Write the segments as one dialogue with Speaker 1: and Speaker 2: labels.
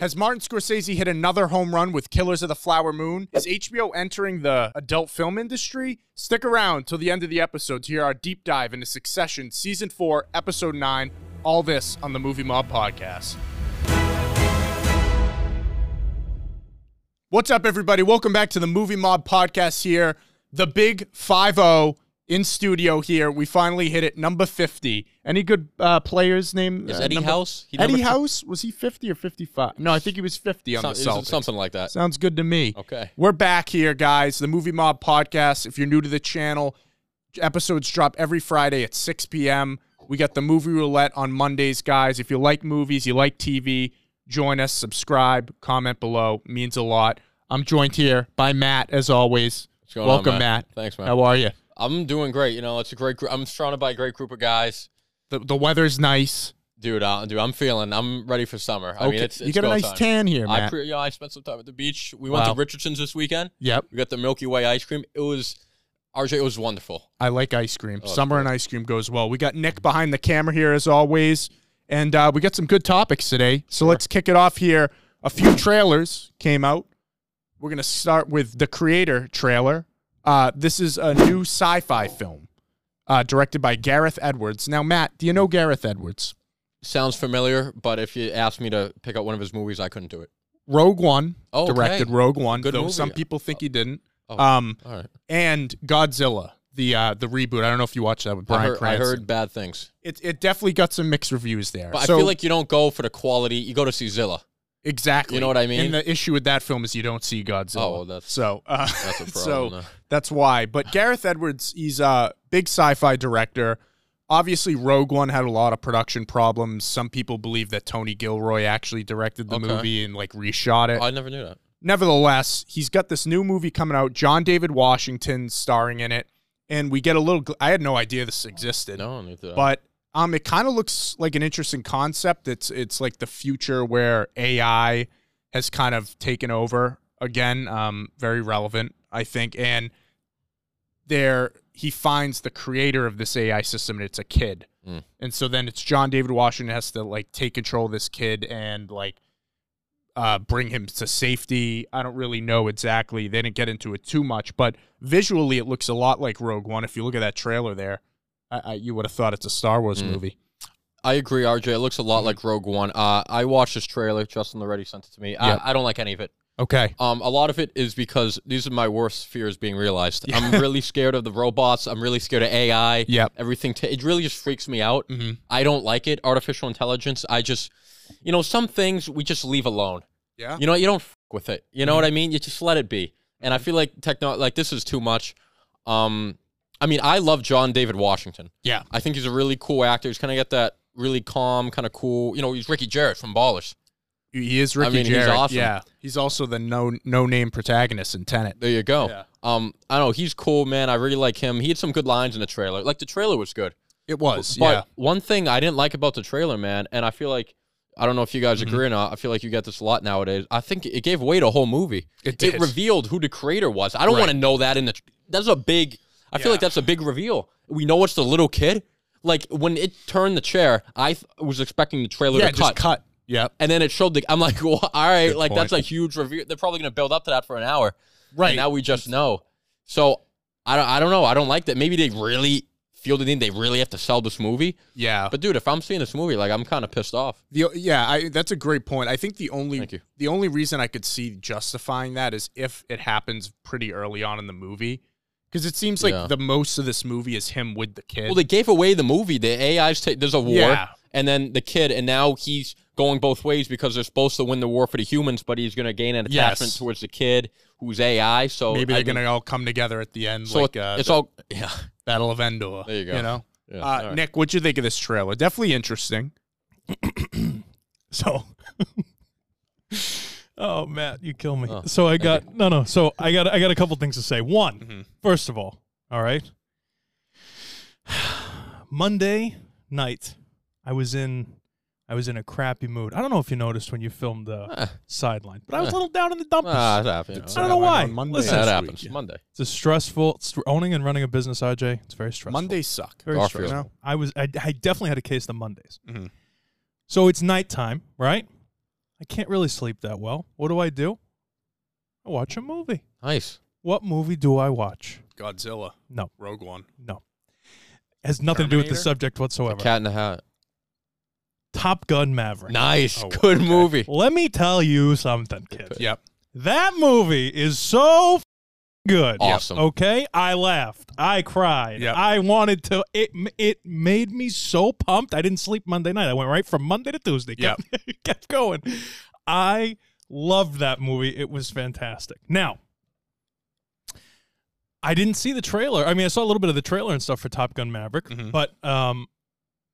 Speaker 1: Has Martin Scorsese hit another home run with Killers of the Flower Moon? Is HBO entering the adult film industry? Stick around till the end of the episode to hear our deep dive into Succession Season 4, Episode 9. All this on the Movie Mob Podcast. What's up, everybody? Welcome back to the Movie Mob Podcast here. The big 5 0 in studio here. We finally hit it, number 50. Any good uh, player's name?
Speaker 2: Is
Speaker 1: uh,
Speaker 2: Eddie
Speaker 1: number-
Speaker 2: House? He
Speaker 1: Eddie
Speaker 2: number-
Speaker 1: House? Was he 50 or 55? No, I think he was 50 on
Speaker 2: Some-
Speaker 1: the Celtics.
Speaker 2: something like that.
Speaker 1: Sounds good to me.
Speaker 2: Okay.
Speaker 1: We're back here, guys. The Movie Mob Podcast. If you're new to the channel, episodes drop every Friday at 6 p.m. We got the movie roulette on Mondays, guys. If you like movies, you like TV, join us, subscribe, comment below. Means a lot. I'm joined here by Matt, as always.
Speaker 2: going on,
Speaker 1: Welcome,
Speaker 2: Matt?
Speaker 1: Matt.
Speaker 2: Thanks, man.
Speaker 1: How are you?
Speaker 2: I'm doing great. You know, it's a great. Gr- I'm surrounded by a great group of guys,
Speaker 1: The, the weather's nice.
Speaker 2: dude. Uh, dude, I'm feeling. I'm ready for summer. I
Speaker 1: okay.
Speaker 2: mean, it's, it's
Speaker 1: you got a
Speaker 2: go
Speaker 1: nice
Speaker 2: time.
Speaker 1: tan here,
Speaker 2: I
Speaker 1: Matt.
Speaker 2: pre- you know, I spent some time at the beach. We went
Speaker 1: Wow.
Speaker 2: to Richardson's this weekend.
Speaker 1: yep.
Speaker 2: We got the Milky Way ice cream. It was, RJ. It was wonderful.
Speaker 1: I like ice cream.
Speaker 2: Oh,
Speaker 1: Summer and ice cream goes well. We got Nick behind the camera here as always, and uh, we got some good topics today. So let's kick it off here. A few trailers came out. We're gonna start with the creator trailer. Uh, this is a new sci-fi film uh, directed by Gareth Edwards. Now, Matt, do you know Gareth Edwards?
Speaker 2: Sounds familiar, but if you asked me to pick out one of his movies, I couldn't do it.
Speaker 1: Rogue One
Speaker 2: Oh, okay.
Speaker 1: directed Rogue One,
Speaker 2: Good
Speaker 1: though
Speaker 2: movie.
Speaker 1: some people think he didn't.
Speaker 2: Oh.
Speaker 1: Um,
Speaker 2: All right.
Speaker 1: and Godzilla, the uh, the reboot. I don't know if you watched that with Brian
Speaker 2: I, heard, I
Speaker 1: Cranston.
Speaker 2: heard bad things,
Speaker 1: it, it definitely got some mixed reviews there.
Speaker 2: but
Speaker 1: So-
Speaker 2: I feel like you don't go for the quality. You go to see Zilla.
Speaker 1: Exactly.
Speaker 2: You know what I mean?
Speaker 1: And the issue with that film is you don't see Godzilla.
Speaker 2: Oh, well, that's-
Speaker 1: so. Uh,
Speaker 2: That's a problem.
Speaker 1: so
Speaker 2: uh,
Speaker 1: that's why. But Gareth Edwards, he's a big sci-fi director. Obviously, Rogue One had a lot of production problems. Some people believe that Tony Gilroy actually directed the
Speaker 2: Okay. Uh,
Speaker 1: movie and like reshot it.
Speaker 2: I never knew that.
Speaker 1: Nevertheless, he's got this new movie coming out. John David Washington starring in it, and we get a little. gl- I had no idea this existed
Speaker 2: No, I knew that.
Speaker 1: but um, it kind of looks like an interesting concept. It's it's like the future where AI has kind of taken over again. Um, very relevant, I think. And there, he finds the creator of this AI system, and it's a kid.
Speaker 2: Mm.
Speaker 1: And so then it's John David Washington has to like take control of this kid and like uh, bring him to safety. I don't really know exactly. They didn't get into it too much, but visually it looks a lot like Rogue One. If you look at that trailer there, I, I, you would have thought it's a Star Wars
Speaker 2: Mm.
Speaker 1: movie.
Speaker 2: I agree, RJ. It looks a lot like Rogue One. Uh, I watched this trailer. Justin already sent it to me.
Speaker 1: Yep.
Speaker 2: I, I don't like any of it.
Speaker 1: Okay.
Speaker 2: Um, a lot of it is because these are my worst fears being realized. I'm really scared of the robots. I'm really scared of AI.
Speaker 1: Yep.
Speaker 2: Everything. T- it really just freaks me out.
Speaker 1: Mhm.
Speaker 2: I don't like it. Artificial intelligence. I just, you know, some things we just leave alone.
Speaker 1: Yeah.
Speaker 2: You know, you don't f- with it. You know what I mean? You just let it be. And I
Speaker 1: Mm-hmm.
Speaker 2: feel like techno, like this is too much. Um, I mean, I love John David Washington.
Speaker 1: Yeah.
Speaker 2: I think he's a really cool actor. He's kind of got that really calm, kind of cool. You know, he's Ricky Jarrett from Ballers.
Speaker 1: He is Ricky
Speaker 2: mean, he's
Speaker 1: Jarrett.
Speaker 2: awesome.
Speaker 1: Yeah. He's also the no no name protagonist in Tenet.
Speaker 2: There you go.
Speaker 1: Yeah.
Speaker 2: Um, I don't know. He's cool, man. I really like him. He had some good lines in the trailer. Like the trailer was good.
Speaker 1: It was.
Speaker 2: But
Speaker 1: yeah.
Speaker 2: one thing I didn't like about the trailer, man, and I feel like I don't know if you guys
Speaker 1: Mm-hmm.
Speaker 2: agree or not. I feel like you get this a lot nowadays. I think it gave away the whole movie.
Speaker 1: It did.
Speaker 2: revealed who the creator was. I don't
Speaker 1: Right.
Speaker 2: want to know that in the. tr- That's a big. I feel like
Speaker 1: Yeah.
Speaker 2: that's a big reveal. We know it's the little kid. Like when it turned the chair, I th- was expecting the trailer
Speaker 1: Yeah.
Speaker 2: to
Speaker 1: Just
Speaker 2: cut.
Speaker 1: cut. Yep.
Speaker 2: And then it showed the. I'm like, well, all right,
Speaker 1: Good
Speaker 2: like that's a
Speaker 1: point.
Speaker 2: huge reveal. They're probably gonna build up to that for an hour.
Speaker 1: Right.
Speaker 2: And now we just know. So I don't. I don't know. I don't like that. Maybe they really fielded in. They really have to sell this movie.
Speaker 1: yeah.
Speaker 2: But dude, if I'm seeing this movie, like I'm kind of pissed off.
Speaker 1: The, yeah, I, that's a great point. I think the only
Speaker 2: Thank you.
Speaker 1: the only reason I could see justifying that is if it happens pretty early on in the movie, because it seems like
Speaker 2: Yeah.
Speaker 1: the most of this movie is him with the kid.
Speaker 2: Well, they gave away the movie. The AI's ta- there's a war,
Speaker 1: Yeah.
Speaker 2: and then the kid, and now he's going both ways because they're supposed to win the war for the humans, but he's going to gain an attachment
Speaker 1: Yes.
Speaker 2: towards the kid who's AI. So
Speaker 1: Maybe
Speaker 2: I
Speaker 1: they're
Speaker 2: mean,
Speaker 1: gonna all come together at the end,
Speaker 2: So
Speaker 1: like
Speaker 2: it-
Speaker 1: uh,
Speaker 2: it's
Speaker 1: the
Speaker 2: all yeah.
Speaker 1: Battle of Endor.
Speaker 2: There you go.
Speaker 1: You know,
Speaker 2: yeah,
Speaker 1: uh,
Speaker 2: all right.
Speaker 1: Nick, what'd you think of this trailer? Definitely interesting. so
Speaker 3: Oh, Matt, you kill me.
Speaker 2: Oh,
Speaker 3: so I
Speaker 2: thank Mm-hmm.
Speaker 3: got no, no. So I got I got a couple things to say. One, first
Speaker 1: Mhm.
Speaker 3: of all, all right. Monday night, I was in I was in a crappy mood. I don't know if you noticed when you filmed the
Speaker 2: Ah.
Speaker 3: sideline, but I was
Speaker 2: Ah.
Speaker 3: a little down in the dumps.
Speaker 2: Ah, that happens.
Speaker 1: It's
Speaker 3: I
Speaker 1: so
Speaker 3: don't know
Speaker 1: I'm
Speaker 3: why.
Speaker 1: on Monday
Speaker 3: Listen,
Speaker 2: that
Speaker 1: this
Speaker 2: happens.
Speaker 1: week, yeah.
Speaker 2: Monday.
Speaker 3: it's a stressful it's str- owning and running a business, RJ. It's very stressful.
Speaker 1: Mondays suck.
Speaker 3: very
Speaker 2: Garfield.
Speaker 3: stressful. I was I, I definitely had a case of the Mondays.
Speaker 1: Mhm.
Speaker 3: So it's nighttime, right? I can't really sleep that well. What do I do? I watch a movie.
Speaker 2: Nice.
Speaker 3: What movie do I watch?
Speaker 1: Godzilla,
Speaker 3: No,
Speaker 1: Rogue One.
Speaker 3: no. Has nothing to do with the
Speaker 1: Terminator?
Speaker 3: subject whatsoever.
Speaker 2: Cat in the Hat.
Speaker 3: Top Gun Maverick.
Speaker 2: Nice.
Speaker 1: Oh,
Speaker 2: Good
Speaker 1: okay.
Speaker 2: movie.
Speaker 3: Let me tell you something, kid.
Speaker 1: Yep.
Speaker 3: That movie is so f- good.
Speaker 2: Awesome.
Speaker 3: Okay, I laughed. I cried.
Speaker 1: Yep.
Speaker 3: I wanted to. It it made me so pumped. I didn't sleep Monday night. I went right from Monday to Tuesday. Kept, kept going. I loved that movie. It was fantastic. Now, I didn't see the trailer. I mean, I saw a little bit of the trailer and stuff for Top Gun Maverick,
Speaker 1: Mhm.
Speaker 3: but um,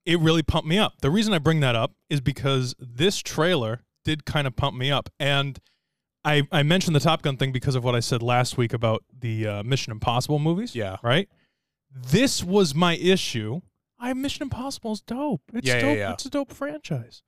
Speaker 3: it really pumped me up. The reason I bring that up is because this trailer did kind of pump me up, and I I mentioned the Top Gun thing because of what I said last week about the uh, Mission Impossible movies.
Speaker 1: Yeah.
Speaker 3: Right. This was my issue. I Mission Impossible is dope. It's
Speaker 1: Yeah, yeah,
Speaker 3: dope.
Speaker 1: yeah.
Speaker 3: It's a dope franchise.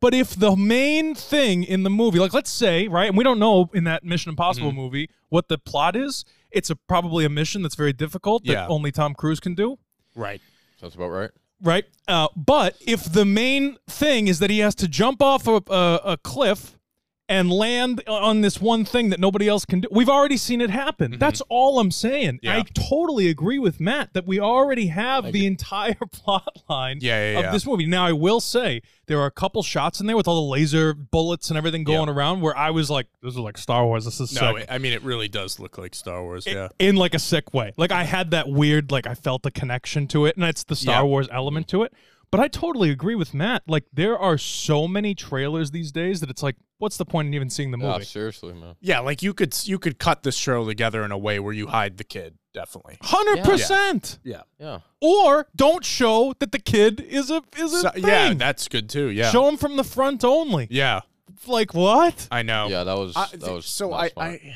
Speaker 3: But if the main thing in the movie, like let's say, right, and we don't know in that Mission Impossible
Speaker 1: Mm-hmm.
Speaker 3: movie what the plot is, it's a probably a mission that's very difficult that
Speaker 1: Yeah.
Speaker 3: only Tom Cruise can do,
Speaker 1: Right.
Speaker 2: Sounds about right.
Speaker 3: right? Uh, but if the main thing is that he has to jump off a, a, a cliff and land on this one thing that nobody else can do, we've already seen it happen. That's all I'm saying.
Speaker 1: Mm-hmm. Yeah.
Speaker 3: I totally agree with Matt that we already have the entire plot line
Speaker 1: Yeah, yeah,
Speaker 3: of
Speaker 1: yeah.
Speaker 3: this movie. Now, I will say there are a couple shots in there with all the laser bullets and everything going around where I was like, this is like Star Wars. This is
Speaker 1: No,
Speaker 3: sick.
Speaker 1: it, I mean it really does look like Star Wars. yeah.
Speaker 3: In like a sick way. Like I had that weird, like I felt the connection to it, and it's the Star
Speaker 1: Yeah.
Speaker 3: Wars element to it. But I totally agree with Matt. Like there are so many trailers these days that it's like, what's the point in even seeing the
Speaker 2: Yeah,
Speaker 3: movie?
Speaker 2: seriously, man.
Speaker 1: Yeah, like you could you could cut this show together in a way where you hide the kid, definitely.
Speaker 3: Hundred percent.
Speaker 1: Yeah.
Speaker 2: Yeah.
Speaker 3: Or don't show that the kid is a is a
Speaker 1: So,
Speaker 3: thing.
Speaker 1: yeah, that's good too. Yeah.
Speaker 3: show him from the front only.
Speaker 1: yeah,
Speaker 3: Like what?
Speaker 1: I know.
Speaker 2: Yeah, that was
Speaker 1: Oh. I-
Speaker 2: that was
Speaker 1: so
Speaker 2: not
Speaker 1: I,
Speaker 2: smart.
Speaker 1: I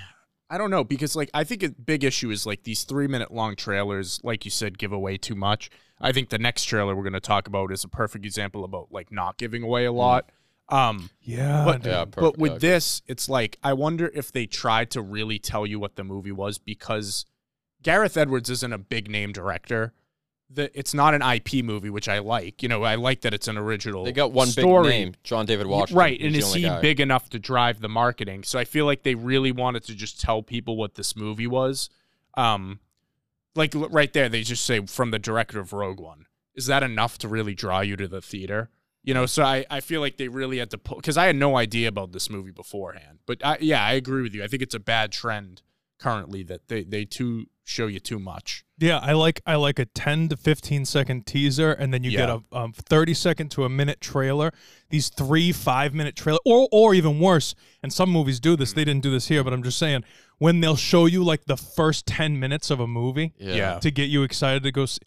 Speaker 1: I don't know because like I think a big issue is like these three minute long trailers, like you said, give away too much. I think the next trailer we're going to talk about is a perfect example about like not giving away a
Speaker 2: Mm.
Speaker 1: lot. Um,
Speaker 3: Yeah.
Speaker 1: But-
Speaker 3: dude.
Speaker 2: yeah,
Speaker 1: but
Speaker 2: perfect.
Speaker 1: with
Speaker 2: I agree.
Speaker 1: this, it's like I wonder if they tried to really tell you what the movie was because Gareth Edwards isn't a big name director. The, it's not an IP movie, which I like. You know, I like that it's an original.
Speaker 2: they got one
Speaker 1: story.
Speaker 2: big name, John David Washington.
Speaker 1: Right,
Speaker 2: He's
Speaker 1: and
Speaker 2: the
Speaker 1: is
Speaker 2: only
Speaker 1: he
Speaker 2: guy.
Speaker 1: big enough to drive the marketing? So I feel like they really wanted to just tell people what this movie was. Um, like l- right there, they just say from the director of Rogue One. Is that enough to really draw you to the theater? You know, so I, I feel like they really had to pull because I had no idea about this movie beforehand. But I, yeah, I agree with you. I think it's a bad trend currently that they they too show you too much.
Speaker 3: Yeah, I like I like a 10 to 15 second teaser and then you get
Speaker 1: Yeah.
Speaker 3: a um, 30 second to a minute trailer. These 3 5 minute trailer or or even worse, and some movies do this.
Speaker 1: Mm.
Speaker 3: They didn't do this here, but I'm just saying when they'll show you like the first 10 minutes of a movie
Speaker 1: Yeah.
Speaker 3: to get you excited to go see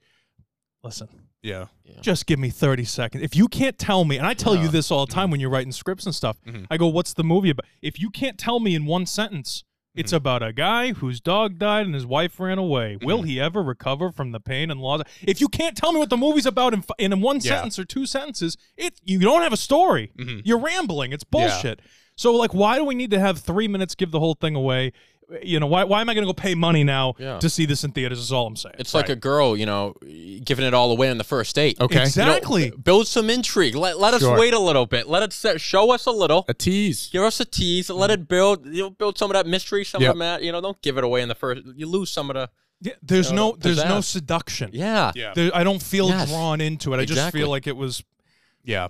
Speaker 3: Listen,
Speaker 1: Yeah,
Speaker 3: just give me 30 seconds. If you can't tell me, and I tell you
Speaker 2: Yeah. Mm-hmm.
Speaker 3: this all the time when you're writing scripts and stuff, I go, What's the movie about? If you can't tell me in one sentence, it's
Speaker 2: Mm-hmm.
Speaker 3: about a guy whose dog died and his wife ran away. Will he ever recover from the pain and loss? If you can't tell me what the movie's about in, f- in one
Speaker 1: Yeah.
Speaker 3: sentence or two sentences, it you don't have a story.
Speaker 2: Mm-hmm.
Speaker 3: You're rambling. It's bullshit. So, like, why do we need to have three minutes give the whole thing away? You know, why, why am I going to go pay money now
Speaker 2: Yeah.
Speaker 3: to see this in theaters? Is all I'm saying.
Speaker 2: It's like a girl, you know, giving it all away on the first date.
Speaker 1: Okay.
Speaker 2: You know,
Speaker 3: exactly.
Speaker 2: build some intrigue. Let, let us
Speaker 1: Sure.
Speaker 2: wait a little bit. Let it set, show us a little.
Speaker 1: a tease.
Speaker 2: Give us a tease. Let it build. You know, build some of that mystery, some
Speaker 1: Mm-hmm. Yep.
Speaker 2: of that. You know, don't give it away in the first. You lose some of the.
Speaker 3: yeah, there's
Speaker 2: uh,
Speaker 3: no there's no
Speaker 2: pizzazz.
Speaker 3: seduction.
Speaker 2: Yeah.
Speaker 1: Yeah,
Speaker 3: There, I don't feel
Speaker 2: Yes.
Speaker 3: drawn into it. I just
Speaker 2: Exactly.
Speaker 3: feel like it was
Speaker 1: yeah,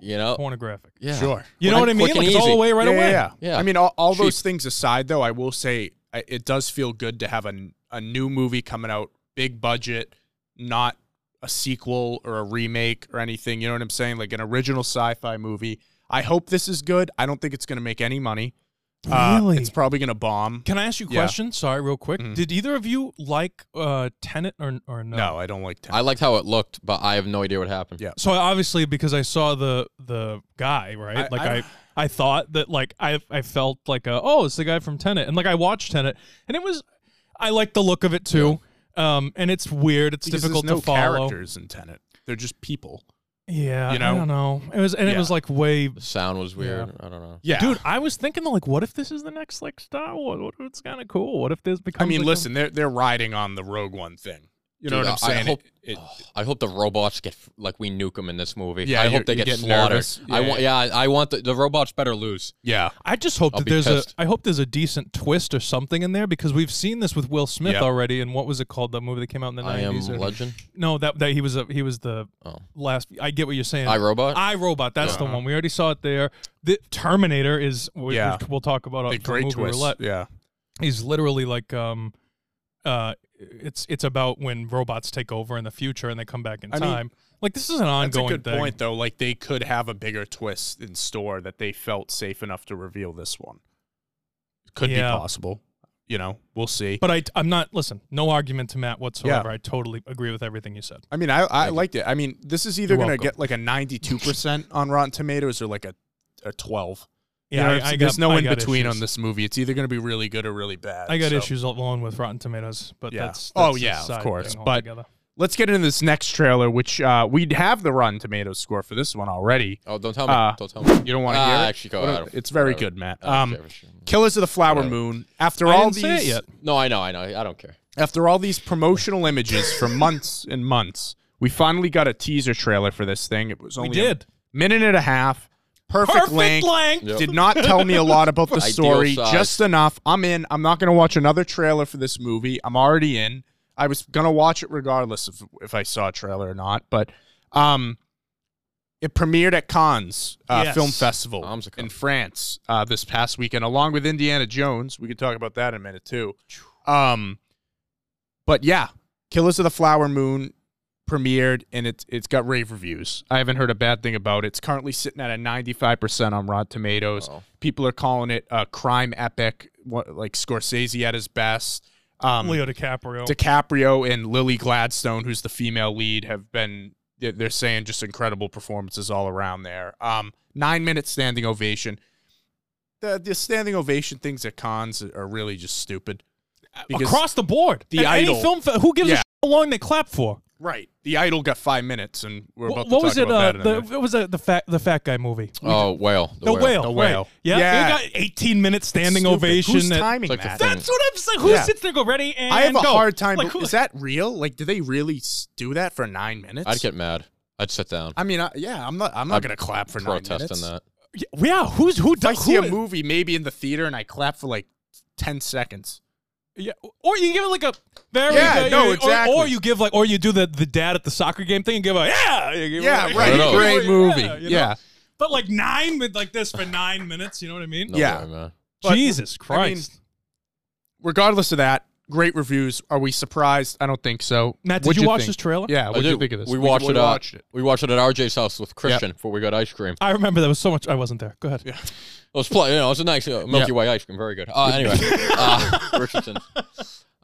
Speaker 2: You know.
Speaker 3: pornographic.
Speaker 2: Yeah.
Speaker 1: sure.
Speaker 3: You know
Speaker 2: Quick-
Speaker 3: what I mean?
Speaker 2: quick
Speaker 3: Like
Speaker 2: and
Speaker 3: it's all
Speaker 2: easy.
Speaker 3: away right
Speaker 1: yeah,
Speaker 3: away.
Speaker 1: Yeah, yeah.
Speaker 2: Yeah.
Speaker 1: I mean, all, all
Speaker 2: Cheap.
Speaker 1: those things aside, though, I will say I- it does feel good to have a, n- a new movie coming out, big budget, not a sequel or a remake or anything. You know what I'm saying? Like an original sci fi movie. I hope this is good. I don't think it's going to make any money. Uh,
Speaker 3: Really?
Speaker 1: It's probably going to bomb.
Speaker 3: Can I ask you a
Speaker 1: Yeah. Mm-hmm.
Speaker 3: question? Sorry, real quick. Did either of you like uh, Tenet or or no?
Speaker 1: No, I don't like
Speaker 2: I
Speaker 1: Tenet.
Speaker 2: liked how it looked, but I have no idea what happened.
Speaker 1: Yeah.
Speaker 3: So I- obviously, because I saw the the guy, right?
Speaker 1: I-
Speaker 3: like
Speaker 1: I-
Speaker 3: I, I, thought that like I I felt like a, oh, it's the guy from Tenet, and like I watched Tenet, and it was I like the look of it too. Um, and it's weird. It's
Speaker 1: Because
Speaker 3: difficult
Speaker 1: there's no
Speaker 3: to follow.
Speaker 1: characters in Tenet. They're just people.
Speaker 3: Yeah,
Speaker 1: You
Speaker 3: I
Speaker 1: know?
Speaker 3: don't know. It was and it
Speaker 1: Yeah.
Speaker 3: was like way
Speaker 2: The sound was weird. I don't know.
Speaker 1: Yeah.
Speaker 3: Dude, I was thinking like, what if this is the next like Star Wars? What if it's kind of cool? What if this becomes?
Speaker 1: I mean,
Speaker 3: like, a-
Speaker 1: listen, they're, they're riding on the Rogue One thing. You know
Speaker 2: Dude,
Speaker 1: what I'm
Speaker 2: I- I
Speaker 1: saying?
Speaker 2: hope- oh,
Speaker 1: It- it-
Speaker 2: I hope the robots get like we nuke them in this movie.
Speaker 1: Yeah,
Speaker 2: I
Speaker 1: you're-
Speaker 2: hope they
Speaker 1: you're
Speaker 2: get
Speaker 1: getting
Speaker 2: slaughtered.
Speaker 1: nervous.
Speaker 2: I
Speaker 1: Yeah,
Speaker 2: want. Yeah, I want the, the robots better lose.
Speaker 1: yeah.
Speaker 3: I just hope
Speaker 2: I'll
Speaker 3: that
Speaker 2: be
Speaker 3: there's
Speaker 2: pissed.
Speaker 3: a I hope there's a decent twist or something in there because we've seen this with Will Smith
Speaker 1: Yeah.
Speaker 3: already and what was it called that movie that came out in the
Speaker 2: I am
Speaker 3: 90s or-
Speaker 2: Legend.
Speaker 3: No, that that he was a, he was the
Speaker 2: Oh.
Speaker 3: last I get what you're saying.
Speaker 2: I Uh-huh. Robot.
Speaker 3: I Robot, that's the
Speaker 1: Yeah.
Speaker 3: one. We already saw it there. The Terminator is we,
Speaker 1: Yeah.
Speaker 3: we, will talk about
Speaker 1: A
Speaker 3: it for
Speaker 1: great
Speaker 3: movie
Speaker 1: twist.
Speaker 3: roulette.
Speaker 1: Yeah.
Speaker 3: He's literally like um uh it's it's about when robots take over in the future and they come back in
Speaker 1: I mean,
Speaker 3: time. like this is an
Speaker 1: That's
Speaker 3: ongoing
Speaker 1: a good
Speaker 3: thing.
Speaker 1: point, though. Like they could have a bigger twist in store that they felt safe enough to reveal this one. Could
Speaker 3: Yeah.
Speaker 1: be possible. You know, we'll see.
Speaker 3: But I I'm not listen, no argument to Matt whatsoever.
Speaker 1: Yeah.
Speaker 3: I totally agree with everything you said.
Speaker 1: I mean, I, I liked it. I mean, this is either
Speaker 3: You're
Speaker 1: going to
Speaker 3: welcome.
Speaker 1: get like a 92% on Rotten Tomatoes or like a, a 12. You
Speaker 3: Yeah,
Speaker 1: know
Speaker 3: I-
Speaker 1: what I'm
Speaker 3: I
Speaker 1: saying?
Speaker 3: got-
Speaker 1: there's no
Speaker 3: I
Speaker 1: in
Speaker 3: got
Speaker 1: between
Speaker 3: issues.
Speaker 1: on this movie. It's either going to be really good or really bad.
Speaker 3: I got
Speaker 1: so.
Speaker 3: issues along with Rotten Tomatoes, but
Speaker 1: Yeah.
Speaker 3: that's, that's
Speaker 1: Oh,
Speaker 3: a
Speaker 1: yeah, of
Speaker 3: side
Speaker 1: course,
Speaker 3: thing
Speaker 1: but-
Speaker 3: altogether.
Speaker 1: Let's get into this next trailer, which uh, we'd have the Rotten Tomatoes score for this one already.
Speaker 2: oh, don't tell me.
Speaker 1: Uh,
Speaker 2: don't tell me.
Speaker 1: You don't want to
Speaker 2: Ah,
Speaker 1: hear it?
Speaker 2: actually, go
Speaker 1: What-
Speaker 2: out of-
Speaker 1: It's very
Speaker 2: whatever.
Speaker 1: good, Matt.
Speaker 2: I don't
Speaker 1: Um,
Speaker 2: care if it's-
Speaker 1: Killers of the Flower
Speaker 2: Whatever.
Speaker 1: Moon. After
Speaker 3: I
Speaker 1: all
Speaker 3: didn't
Speaker 1: these,
Speaker 3: say it yet.
Speaker 2: no, I know. I know. I don't care.
Speaker 1: after all these promotional images for months and months, we finally got a teaser trailer for this thing. It was
Speaker 3: We
Speaker 1: only
Speaker 3: did.
Speaker 1: a minute and a half. Perfect, length.
Speaker 3: length.
Speaker 2: Yep.
Speaker 1: Did not tell me a lot about the
Speaker 2: Ideal
Speaker 1: story.
Speaker 2: size.
Speaker 1: Just enough. I'm in. I'm not going to watch another trailer for this movie. I'm already in. I was going to watch it regardless of if I saw a trailer or not. But um, it premiered at Cannes uh,
Speaker 3: Yes.
Speaker 1: Film Festival
Speaker 2: Arms are
Speaker 1: in
Speaker 2: coming.
Speaker 1: France uh, this past weekend, along with Indiana Jones. We could talk about that in a minute too. Um, but yeah, Killers of the Flower Moon premiered and it's it's got rave reviews. I haven't heard a bad thing about it. It's currently sitting at a 95% on Rotten Tomatoes.
Speaker 2: Oh.
Speaker 1: People are calling it a crime epic, what, like Scorsese at his best. Um,
Speaker 3: Leo DiCaprio.
Speaker 1: DiCaprio and Lily Gladstone, who's the female lead, have been they're- they're saying just incredible performances all around there. Um, nine minute standing ovation. The the standing ovation things at cons are really just stupid. because-
Speaker 3: Across the board.
Speaker 1: The
Speaker 3: At
Speaker 1: Idol.
Speaker 3: Any film fe- who gives a
Speaker 1: Yeah.
Speaker 3: shit how long they clap for?
Speaker 1: Right. The Idol got five minutes, and we're
Speaker 3: Wh-
Speaker 1: about
Speaker 3: What,
Speaker 1: to talk
Speaker 3: was it?
Speaker 1: about
Speaker 3: Uh,
Speaker 1: that. In
Speaker 3: the,
Speaker 1: a minute.
Speaker 3: what was that? The fat the fat guy movie.
Speaker 2: Oh, whale.
Speaker 3: the whale.
Speaker 1: The
Speaker 3: right.
Speaker 1: Whale.
Speaker 3: Yeah.
Speaker 1: Yeah.
Speaker 3: They got 18 minute standing
Speaker 1: Stupid.
Speaker 3: ovation.
Speaker 1: Who's
Speaker 3: at-
Speaker 1: timing
Speaker 2: like the
Speaker 1: that?
Speaker 2: thing.
Speaker 3: That's what I'm saying. Who
Speaker 1: Yeah.
Speaker 3: sits there and go ready and
Speaker 1: I have a
Speaker 3: go?
Speaker 1: hard time.
Speaker 3: Like,
Speaker 1: be-
Speaker 3: who-
Speaker 1: is that real? Like, do they really s- do that for nine minutes?
Speaker 2: I'd get mad. I'd sit down.
Speaker 1: I mean, I, yeah, I'm not. I'm not
Speaker 2: I'd
Speaker 1: gonna clap for nine minutes.
Speaker 2: protesting that.
Speaker 3: Yeah. Who's who?
Speaker 1: If I
Speaker 3: does
Speaker 1: see
Speaker 3: who,
Speaker 1: a movie maybe in the theater and I clap for like ten seconds.
Speaker 3: Yeah. Or you give it like a very
Speaker 1: Yeah,
Speaker 3: good-
Speaker 1: no,
Speaker 3: or-
Speaker 1: exactly.
Speaker 3: Or, you give like, or you do the the dad at the soccer game thing and give a yeah. You give
Speaker 1: Yeah,
Speaker 3: a-
Speaker 1: right.
Speaker 2: know.
Speaker 1: Great
Speaker 3: Yeah,
Speaker 1: movie. Yeah,
Speaker 3: you know? But like nine with like this for nine minutes, you know what I mean?
Speaker 2: No
Speaker 1: Yeah.
Speaker 2: way, man.
Speaker 1: But-
Speaker 3: Jesus Christ.
Speaker 1: Regardless of that, great reviews. Are we surprised? I don't think so.
Speaker 3: Matt, did
Speaker 1: What'd
Speaker 3: you watch
Speaker 1: think?
Speaker 3: this trailer?
Speaker 1: Yeah. What
Speaker 2: I
Speaker 1: did you
Speaker 2: did.
Speaker 1: think of this?
Speaker 2: We watched
Speaker 1: we
Speaker 2: it, uh,
Speaker 1: watched it.
Speaker 2: We watched it at RJ's house with Christian before we got ice cream.
Speaker 3: I remember there was so much I wasn't there. Go ahead. Yeah.
Speaker 2: It was pl- you know, it was a nice uh, Milky
Speaker 1: Yeah.
Speaker 2: Way ice cream, very good. Uh, anyway, uh, Richardson.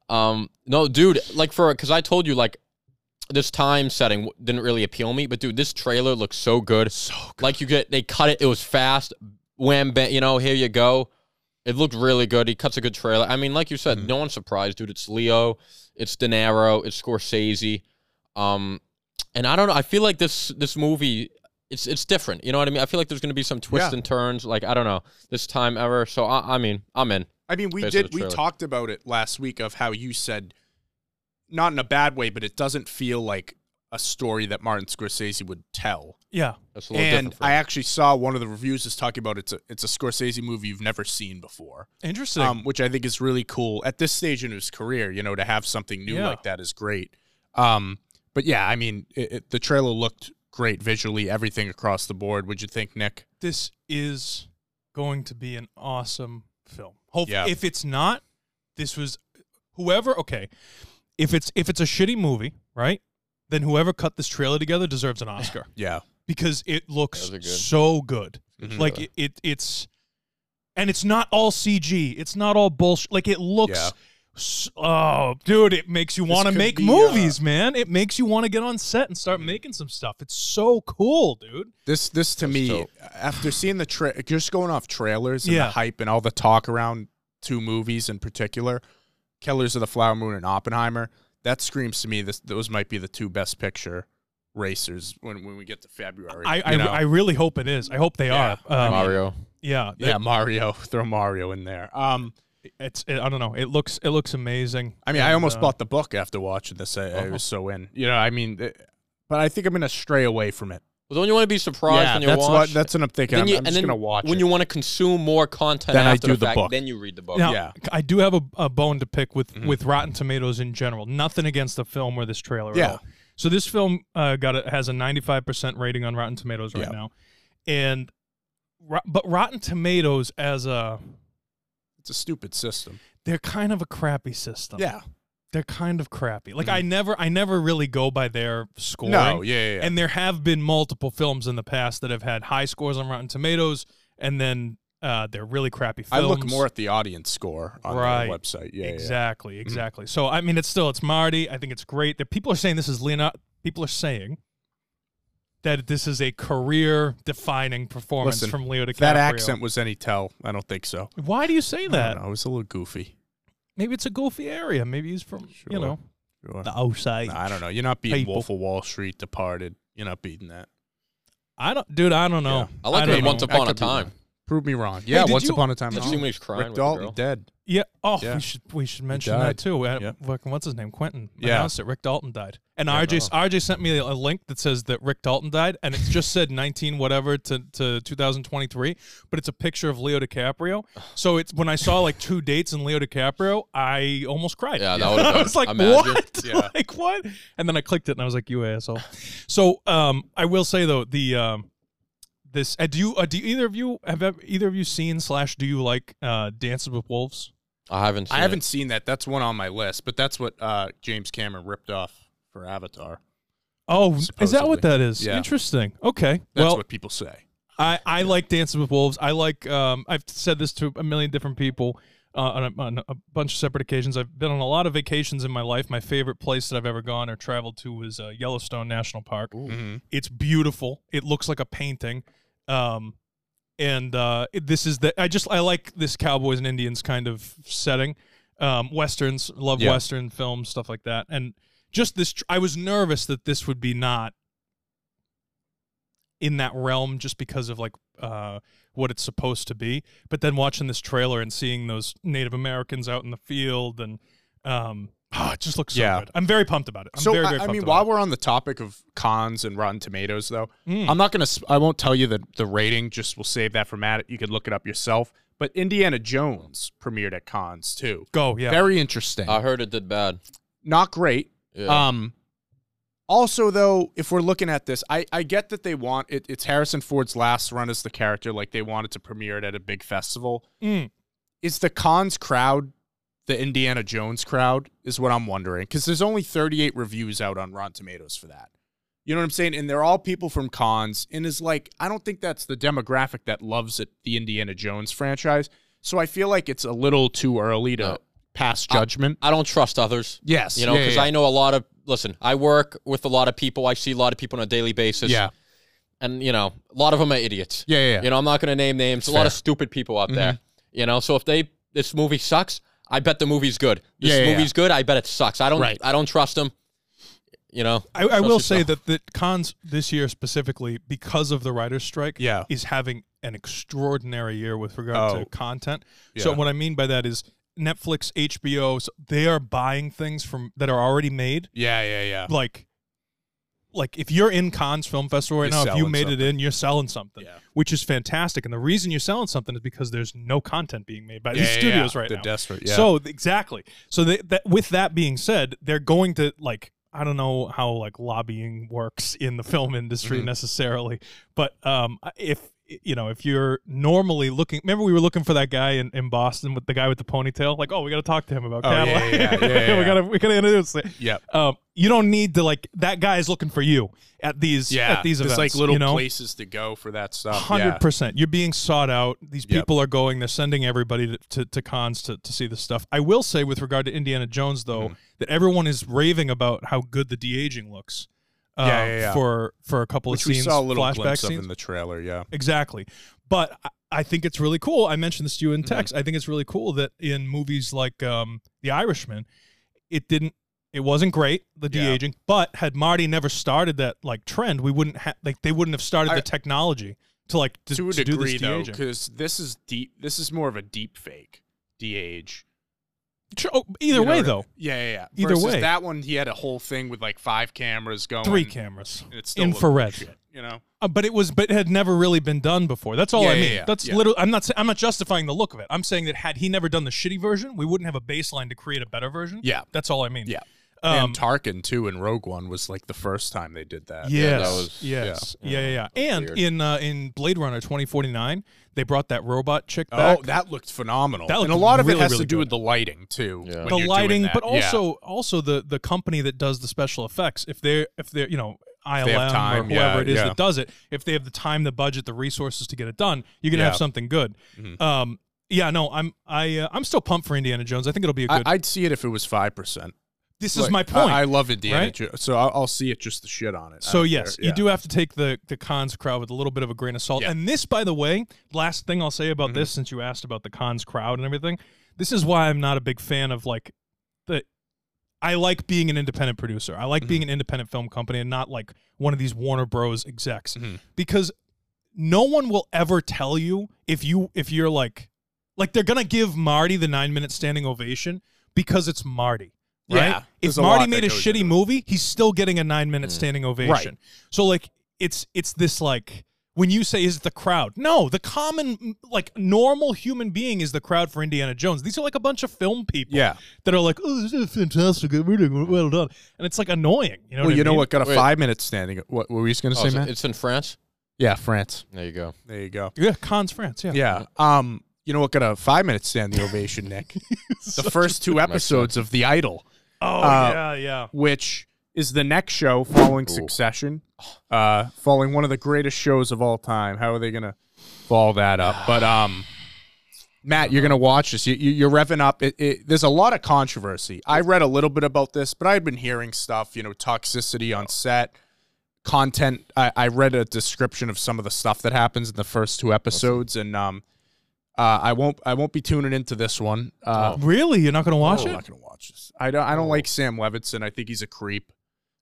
Speaker 2: Um, no, dude, like for because I told you like this time setting w- didn't really appeal me, but dude, this trailer looks so good. So good. Like you get they cut it. It was fast. Wham, bam, you know, here you go. It looked really good. He cuts a good trailer. I mean, like you
Speaker 1: Mm.
Speaker 2: said, no one's surprised, dude. It's Leo, it's De Niro, it's Scorsese. Um, and I don't know. I feel like this this movie it's it's different. You know what I mean? I feel like there's going to be some twists
Speaker 1: Yeah.
Speaker 2: and turns. Like I don't know this time ever. So I, I mean, I'm in.
Speaker 1: I mean, we
Speaker 2: Based on
Speaker 1: did.
Speaker 2: the
Speaker 1: We
Speaker 2: trailer.
Speaker 1: talked about it last week of how you said, not in a bad way, but it doesn't feel like a story that Martin Scorsese would tell.
Speaker 2: That's a
Speaker 1: And
Speaker 2: little different. for
Speaker 1: I
Speaker 2: me.
Speaker 1: actually saw one of the reviews is talking about it's a it's a Scorsese movie you've never seen before,
Speaker 3: Interesting.
Speaker 1: um, which I think is really cool at this stage in his career. You know, to have something new
Speaker 3: Yeah.
Speaker 1: like that is great. Um, but yeah, I mean, it, it, the trailer looked great visually, everything across the board. Would you think, Nick?
Speaker 3: this is going to be an awesome film. Hopefully,
Speaker 1: Yeah.
Speaker 3: if it's not, this was whoever. Okay, if it's if it's a shitty movie, right? Then whoever cut this trailer together deserves an Oscar
Speaker 1: Yeah,
Speaker 3: because it looks
Speaker 2: Those are good.
Speaker 3: so good.
Speaker 1: Mhm.
Speaker 3: Like it, it, it's, and it's not all CG. It's not all bullshit. Like it looks.
Speaker 1: Yeah.
Speaker 3: s- Oh, dude! It makes you want to
Speaker 1: could
Speaker 3: make
Speaker 1: be, uh, Mm.
Speaker 3: movies, man. It makes you want to get on set and start making some stuff. It's so cool, dude.
Speaker 1: This this to
Speaker 2: That's
Speaker 1: me
Speaker 2: dope.
Speaker 1: after seeing the tra- just going off trailers and
Speaker 3: Yeah.
Speaker 1: the hype and all the talk around two movies in particular, Killers of the Flower Moon and Oppenheimer, that screams to me this those might be the two best picture racers when, when we get to February.
Speaker 3: I,
Speaker 1: you
Speaker 3: I,
Speaker 1: know?
Speaker 3: I really hope it is. I hope they
Speaker 1: Yeah.
Speaker 3: are. Um,
Speaker 2: Mario.
Speaker 3: Yeah.
Speaker 1: yeah, Mario, throw Mario in there. Um
Speaker 3: It's it, I don't know. It looks it looks amazing.
Speaker 1: I mean, I
Speaker 3: And,
Speaker 1: almost
Speaker 3: uh, Uh-huh.
Speaker 1: bought the book after watching this. I, I was so in. You know, I mean, it- but I think I'm gonna stray away from it.
Speaker 2: Well, don't you want to be surprised when you
Speaker 1: that's
Speaker 2: watch?
Speaker 1: what that's what I'm thinking.
Speaker 2: Then
Speaker 1: I'm,
Speaker 2: you-
Speaker 1: I'm
Speaker 2: and
Speaker 1: just
Speaker 2: then
Speaker 1: gonna watch
Speaker 2: when
Speaker 1: it.
Speaker 2: you want to consume more content
Speaker 1: Then I
Speaker 2: after
Speaker 1: do
Speaker 2: the
Speaker 1: the
Speaker 2: fact,
Speaker 1: book.
Speaker 2: then you read the book.
Speaker 3: Now,
Speaker 1: yeah.
Speaker 3: I do have a, a bone to pick with
Speaker 1: Mm-hmm.
Speaker 3: with Rotten Tomatoes in general. Nothing against the film or this trailer. At
Speaker 1: Yeah.
Speaker 3: all. So this film uh, got a, has a 95% rating on Rotten Tomatoes right
Speaker 1: Yeah.
Speaker 3: now, and Ro- but Rotten Tomatoes as a
Speaker 1: it's a stupid system.
Speaker 3: they're kind of a crappy system.
Speaker 1: Yeah. Mm-hmm.
Speaker 3: they're kind of crappy. Like I never I never really go by their scoring.
Speaker 1: No. Yeah. yeah, yeah.
Speaker 3: And there have been multiple films in the past that have had high scores on Rotten Tomatoes, and then uh, they're really crappy
Speaker 1: I
Speaker 3: films.
Speaker 1: look more at the audience score on
Speaker 3: Right.
Speaker 1: the website. Yeah. Mm-hmm. yeah, yeah.
Speaker 3: Exactly, exactly. So I mean, it's still it's Marty. I think it's great that people are saying this is Leonardo. People are saying that this is a career-defining performance
Speaker 1: Listen,
Speaker 3: from Leo DiCaprio.
Speaker 1: If that accent was any tell, I don't think so.
Speaker 3: Why do you say
Speaker 1: I
Speaker 3: that?
Speaker 1: don't know. It was a little goofy.
Speaker 3: Maybe it's a goofy area. Maybe he's from you
Speaker 1: Sure.
Speaker 3: know
Speaker 1: Sure.
Speaker 3: the outside.
Speaker 1: No, I don't know. You're not beating
Speaker 3: People.
Speaker 1: Wolf of Wall Street, Departed. You're not beating that.
Speaker 3: I don't, dude. I don't know.
Speaker 1: Yeah.
Speaker 2: I like
Speaker 3: don't
Speaker 2: that
Speaker 3: know.
Speaker 2: Once
Speaker 1: I
Speaker 2: Upon a
Speaker 1: could be wrong.
Speaker 2: Time.
Speaker 1: Prove me wrong. Yeah.
Speaker 3: did
Speaker 1: Once
Speaker 3: you-
Speaker 1: upon a time.
Speaker 2: Did
Speaker 1: in
Speaker 2: you see when
Speaker 1: Hollywood.
Speaker 2: he's crying
Speaker 1: Rick
Speaker 2: with
Speaker 1: Dalton
Speaker 2: the girl?
Speaker 1: dead.
Speaker 3: Yeah. Oh,
Speaker 1: Yeah.
Speaker 3: we should we should mention
Speaker 1: died.
Speaker 3: that too. Uh,
Speaker 1: Yeah.
Speaker 3: fucking- What's his name? Quentin.
Speaker 1: Yeah.
Speaker 3: Announced that Rick Dalton died, and
Speaker 1: I
Speaker 3: RJ RJ sent me a link that says that Rick Dalton died, and it just said 19 whatever to, to 2023, but it's a picture of Leo DiCaprio. So it's when I saw like two dates in Leo DiCaprio, I almost cried.
Speaker 2: Yeah, that would've
Speaker 3: I was
Speaker 2: been-
Speaker 3: like,
Speaker 2: imagine.
Speaker 3: what?
Speaker 1: Oh, Yeah.
Speaker 3: like what? And then I clicked it, and I was like, you asshole. So um, I will say though the um, this uh, do you uh, do either of you have ev- either of you seen slash do you like uh, Dances with Wolves?
Speaker 2: I haven't. Seen
Speaker 1: I
Speaker 2: it.
Speaker 1: haven't seen that. That's one on my list, but that's what uh, James Cameron ripped off for Avatar.
Speaker 3: Oh, is that
Speaker 1: Supposedly.
Speaker 3: what that is?
Speaker 1: Yeah.
Speaker 3: Interesting. Okay.
Speaker 1: That's
Speaker 3: well,
Speaker 1: what people say.
Speaker 3: I, I like Dancing with Wolves. I like um, I've said this to a million different people uh, on, a, on a bunch of separate occasions. I've been on a lot of vacations in my life. My favorite place that I've ever gone or traveled to was uh, Yellowstone National Park.
Speaker 1: Mhm.
Speaker 3: It's beautiful. It looks like a painting. Um, and uh, it- this is the I just I like this Cowboys and Indians kind of setting. Um, westerns love
Speaker 1: Yeah.
Speaker 3: western films stuff like that. And just this tr- I was nervous that this would be not in that realm just because of like uh, what it's supposed to be. But then watching this trailer and seeing those Native Americans out in the field and um, oh, it just looks so
Speaker 1: Yeah.
Speaker 3: good. I'm very pumped about it. I'm
Speaker 1: so
Speaker 3: very
Speaker 1: I-
Speaker 3: very
Speaker 1: I,
Speaker 3: pumped
Speaker 1: mean,
Speaker 3: about
Speaker 1: while
Speaker 3: it.
Speaker 1: we're on the topic of cons and Rotten Tomatoes, though,
Speaker 3: Mm.
Speaker 1: I'm not gonna. sp- I won't tell you the the rating. Just we'll save that for Matt. You can look it up yourself. But Indiana Jones premiered at cons too.
Speaker 3: go yeah
Speaker 1: Very interesting.
Speaker 2: I heard it did bad.
Speaker 1: not great.
Speaker 2: Yeah.
Speaker 1: Um, also, though, if we're looking at this, I, I get that they want it, it's Harrison Ford's last run as the character. Like they wanted to premiere it at a big festival.
Speaker 3: Mm.
Speaker 1: Is the cons crowd the Indiana Jones crowd? Is what I'm wondering because there's only 38 reviews out on Rotten Tomatoes for that. You know what I'm saying? And they're all people from cons. And is like, I don't think that's the demographic that loves it, the Indiana Jones franchise. So I feel like it's a little too early to
Speaker 2: No.
Speaker 1: pass judgment.
Speaker 2: I don't trust others.
Speaker 1: yes.
Speaker 2: You know,
Speaker 1: Yeah,
Speaker 2: because
Speaker 1: yeah,
Speaker 2: I know a lot of. Listen, I work with a lot of people. I see a lot of people on a daily basis.
Speaker 1: yeah.
Speaker 2: and you know, a lot of them are idiots.
Speaker 1: Yeah, yeah, yeah.
Speaker 2: You know, I'm not going to name names. a lot
Speaker 1: Fair. Mm-hmm.
Speaker 2: of stupid people out there. You know, so if they this movie sucks, I bet the movie's good. This
Speaker 1: Yeah, yeah,
Speaker 2: movie's good. I bet it sucks. I don't.
Speaker 1: Right.
Speaker 2: I don't trust them. You know.
Speaker 3: I, I will
Speaker 2: Trust
Speaker 3: say
Speaker 2: yourself.
Speaker 3: that the cons this year specifically because of the writer's strike
Speaker 1: Yeah.
Speaker 3: is having an extraordinary year with regard
Speaker 1: Oh.
Speaker 3: to content. So
Speaker 1: Yeah.
Speaker 3: what I mean by that is Netflix, HBO, so they are buying things from that are already made.
Speaker 1: Yeah, yeah, yeah.
Speaker 3: Like like if you're in Cannes Film Festival
Speaker 1: You're
Speaker 3: right now, if you
Speaker 1: selling
Speaker 3: made it in, you're selling something,
Speaker 1: Yeah.
Speaker 3: which is fantastic. And the reason you're selling something is because there's no content being made by
Speaker 1: Yeah,
Speaker 3: these
Speaker 1: yeah,
Speaker 3: studios
Speaker 1: yeah.
Speaker 3: right
Speaker 1: They're
Speaker 3: now.
Speaker 1: desperate. Yeah.
Speaker 3: So th- exactly. So they, that with that being said, they're going to like I don't know how like lobbying works in the film industry
Speaker 1: Mhm.
Speaker 3: necessarily, but um, if you know if you're normally looking, remember we were looking for that guy in, in Boston with the guy with the ponytail. Like, oh, we got to talk to him about
Speaker 1: Oh, yeah,
Speaker 3: Cadillac.
Speaker 1: yeah, yeah, yeah,
Speaker 3: we
Speaker 1: yeah.
Speaker 3: gotta we gotta introduce it.
Speaker 1: yeah,
Speaker 3: Um, you don't need to like that guy is looking for you at these
Speaker 1: yeah.
Speaker 3: at these
Speaker 1: There's
Speaker 3: events.
Speaker 1: like little
Speaker 3: you know?
Speaker 1: places to go for that stuff.
Speaker 3: hundred
Speaker 1: Yeah.
Speaker 3: percent. You're being sought out. These
Speaker 1: Yep.
Speaker 3: people are going. They're sending everybody to, to, to cons to, to see this stuff. I will say with regard to Indiana Jones,
Speaker 1: Mm-hmm.
Speaker 3: though, that everyone is raving about how good the de aging looks. Uh,
Speaker 1: Yeah, yeah, yeah.
Speaker 3: For for a couple
Speaker 1: Which
Speaker 3: of
Speaker 1: we
Speaker 3: scenes,
Speaker 1: saw a little
Speaker 3: flashback
Speaker 1: glimpse of
Speaker 3: scenes,
Speaker 1: in the trailer. Yeah.
Speaker 3: exactly. But I, I think it's really cool. I mentioned this to you
Speaker 1: Mm-hmm.
Speaker 3: in text. I think it's really cool that in movies like um, The Irishman, it didn't. It wasn't great, the de
Speaker 1: Yeah.
Speaker 3: aging, but had Marty never started that like trend, we wouldn't have like they wouldn't have started
Speaker 1: I-
Speaker 3: the technology to like to,
Speaker 1: To a
Speaker 3: to do
Speaker 1: degree,
Speaker 3: this
Speaker 1: though,
Speaker 3: de aging.
Speaker 1: because this is deep. This is more of a deep fake. de-age.
Speaker 3: Tr- oh,
Speaker 1: You
Speaker 3: either
Speaker 1: know
Speaker 3: way,
Speaker 1: what I-
Speaker 3: though,
Speaker 1: Yeah, yeah, yeah.
Speaker 3: Either
Speaker 1: Versus
Speaker 3: way.
Speaker 1: that one he had a whole thing with like five cameras going.
Speaker 3: three cameras,
Speaker 1: Oh, and it's still looked
Speaker 3: infrared.
Speaker 1: like shit, you know.
Speaker 3: Uh, but it was, but it had never really been done before. That's all
Speaker 1: Yeah,
Speaker 3: I
Speaker 1: yeah,
Speaker 3: mean.
Speaker 1: yeah,
Speaker 3: That's
Speaker 1: yeah.
Speaker 3: literally. I'm not. sa- I'm not justifying the look of it. I'm saying that had he never done the shitty version, we wouldn't have a baseline to create a better version.
Speaker 1: Yeah.
Speaker 3: That's all I mean.
Speaker 1: Yeah.
Speaker 3: Um,
Speaker 1: and Tarkin too in Rogue One was like the first time they did Uh, that.
Speaker 3: Yes.
Speaker 2: that was-
Speaker 3: yes.
Speaker 2: yeah.
Speaker 3: Yeah. Yeah. yeah. And
Speaker 2: Weird.
Speaker 3: in uh, in Blade Runner 2049, they brought that robot chick
Speaker 1: Oh,
Speaker 3: back.
Speaker 1: that looked phenomenal.
Speaker 3: That
Speaker 1: and a
Speaker 3: looked
Speaker 1: lot of
Speaker 3: really,
Speaker 1: it has
Speaker 3: really
Speaker 1: to do
Speaker 3: good.
Speaker 1: with the lighting too.
Speaker 2: Yeah.
Speaker 1: when
Speaker 3: the
Speaker 1: you're doing
Speaker 3: lighting,
Speaker 1: that.
Speaker 3: but
Speaker 1: Yeah.
Speaker 3: also also the the company that does the special effects. If they're if they're you know
Speaker 1: they have
Speaker 3: ILM or
Speaker 1: time,
Speaker 3: whoever
Speaker 1: yeah,
Speaker 3: it is
Speaker 1: yeah.
Speaker 3: that does it, if they have the time, the budget, the resources to get it done, you're gonna
Speaker 1: Yeah.
Speaker 3: have something good.
Speaker 1: Mhm.
Speaker 3: Um, yeah, no, I'm I uh, I'm still pumped for Indiana Jones. I think it'll be a
Speaker 1: I,
Speaker 3: good.
Speaker 1: I'd see it if it was five percent.
Speaker 3: this is my point.
Speaker 1: I, I love Indiana
Speaker 3: right?
Speaker 1: Jones, so I'll, I'll see it just the shit on it. I
Speaker 3: So
Speaker 1: don't
Speaker 3: yes,
Speaker 1: care.
Speaker 3: you
Speaker 1: Yeah.
Speaker 3: do have to take the the cons crowd with a little bit of a grain of salt.
Speaker 1: Yeah. Mm-hmm.
Speaker 3: And this, by the way, last thing I'll say about this, since you asked about the cons crowd and everything, this is why I'm not a big fan of like the. I like being an independent producer. I like
Speaker 1: Mm-hmm.
Speaker 3: being an independent film company and not like one of these Warner Bros. execs
Speaker 1: Mhm.
Speaker 3: because no one will ever tell you if you if you're like like they're gonna give Marty the nine minute standing ovation because it's Marty. Right?
Speaker 1: Yeah,
Speaker 3: if
Speaker 1: there's a
Speaker 3: Marty
Speaker 1: lot
Speaker 3: made
Speaker 1: that
Speaker 3: a
Speaker 1: goes
Speaker 3: shitty
Speaker 1: into it.
Speaker 3: movie, he's still getting a nine minute
Speaker 2: Mm.
Speaker 3: standing ovation. So like it's it's this like when you say is it the crowd? No, the common like normal human being is the crowd for Indiana Jones. These are like a bunch of film people
Speaker 1: Yeah.
Speaker 3: that are like, oh, this is fantastic, really well done, and it's like annoying. You know?
Speaker 1: well,
Speaker 3: what I
Speaker 1: you know
Speaker 3: mean?
Speaker 1: what got a
Speaker 2: Wait.
Speaker 1: five minute standing? What, were you just gonna
Speaker 2: Oh,
Speaker 1: say,
Speaker 2: it's,
Speaker 1: Matt?
Speaker 2: it's in France.
Speaker 1: Yeah, France.
Speaker 2: There you go.
Speaker 1: There you go.
Speaker 3: Yeah, cons France. Yeah.
Speaker 1: Yeah. Um, you know what got a five minute standing ovation, Nick? the first two episodes of The Idol,
Speaker 3: Oh
Speaker 1: Uh,
Speaker 3: yeah, yeah.
Speaker 1: which is the next show following
Speaker 2: Ooh.
Speaker 1: Succession, uh, following one of the greatest shows of all time. How are they gonna follow that up? But um, Matt, you're gonna watch this. You, you, you're revving up. It, it, there's a lot of controversy. I read a little bit about this, but I had been hearing stuff. You know, toxicity on set. Content. I, I read a description of some of the stuff that happens in the first two episodes, and um, uh, I won't. I won't be tuning into this one.
Speaker 3: Oh.
Speaker 1: Uh,
Speaker 3: Really, you're not gonna watch
Speaker 1: Oh, I'm
Speaker 3: it? Oh.
Speaker 1: not gonna watch this. I don't. I don't like Sam Levinson. I think he's a creep.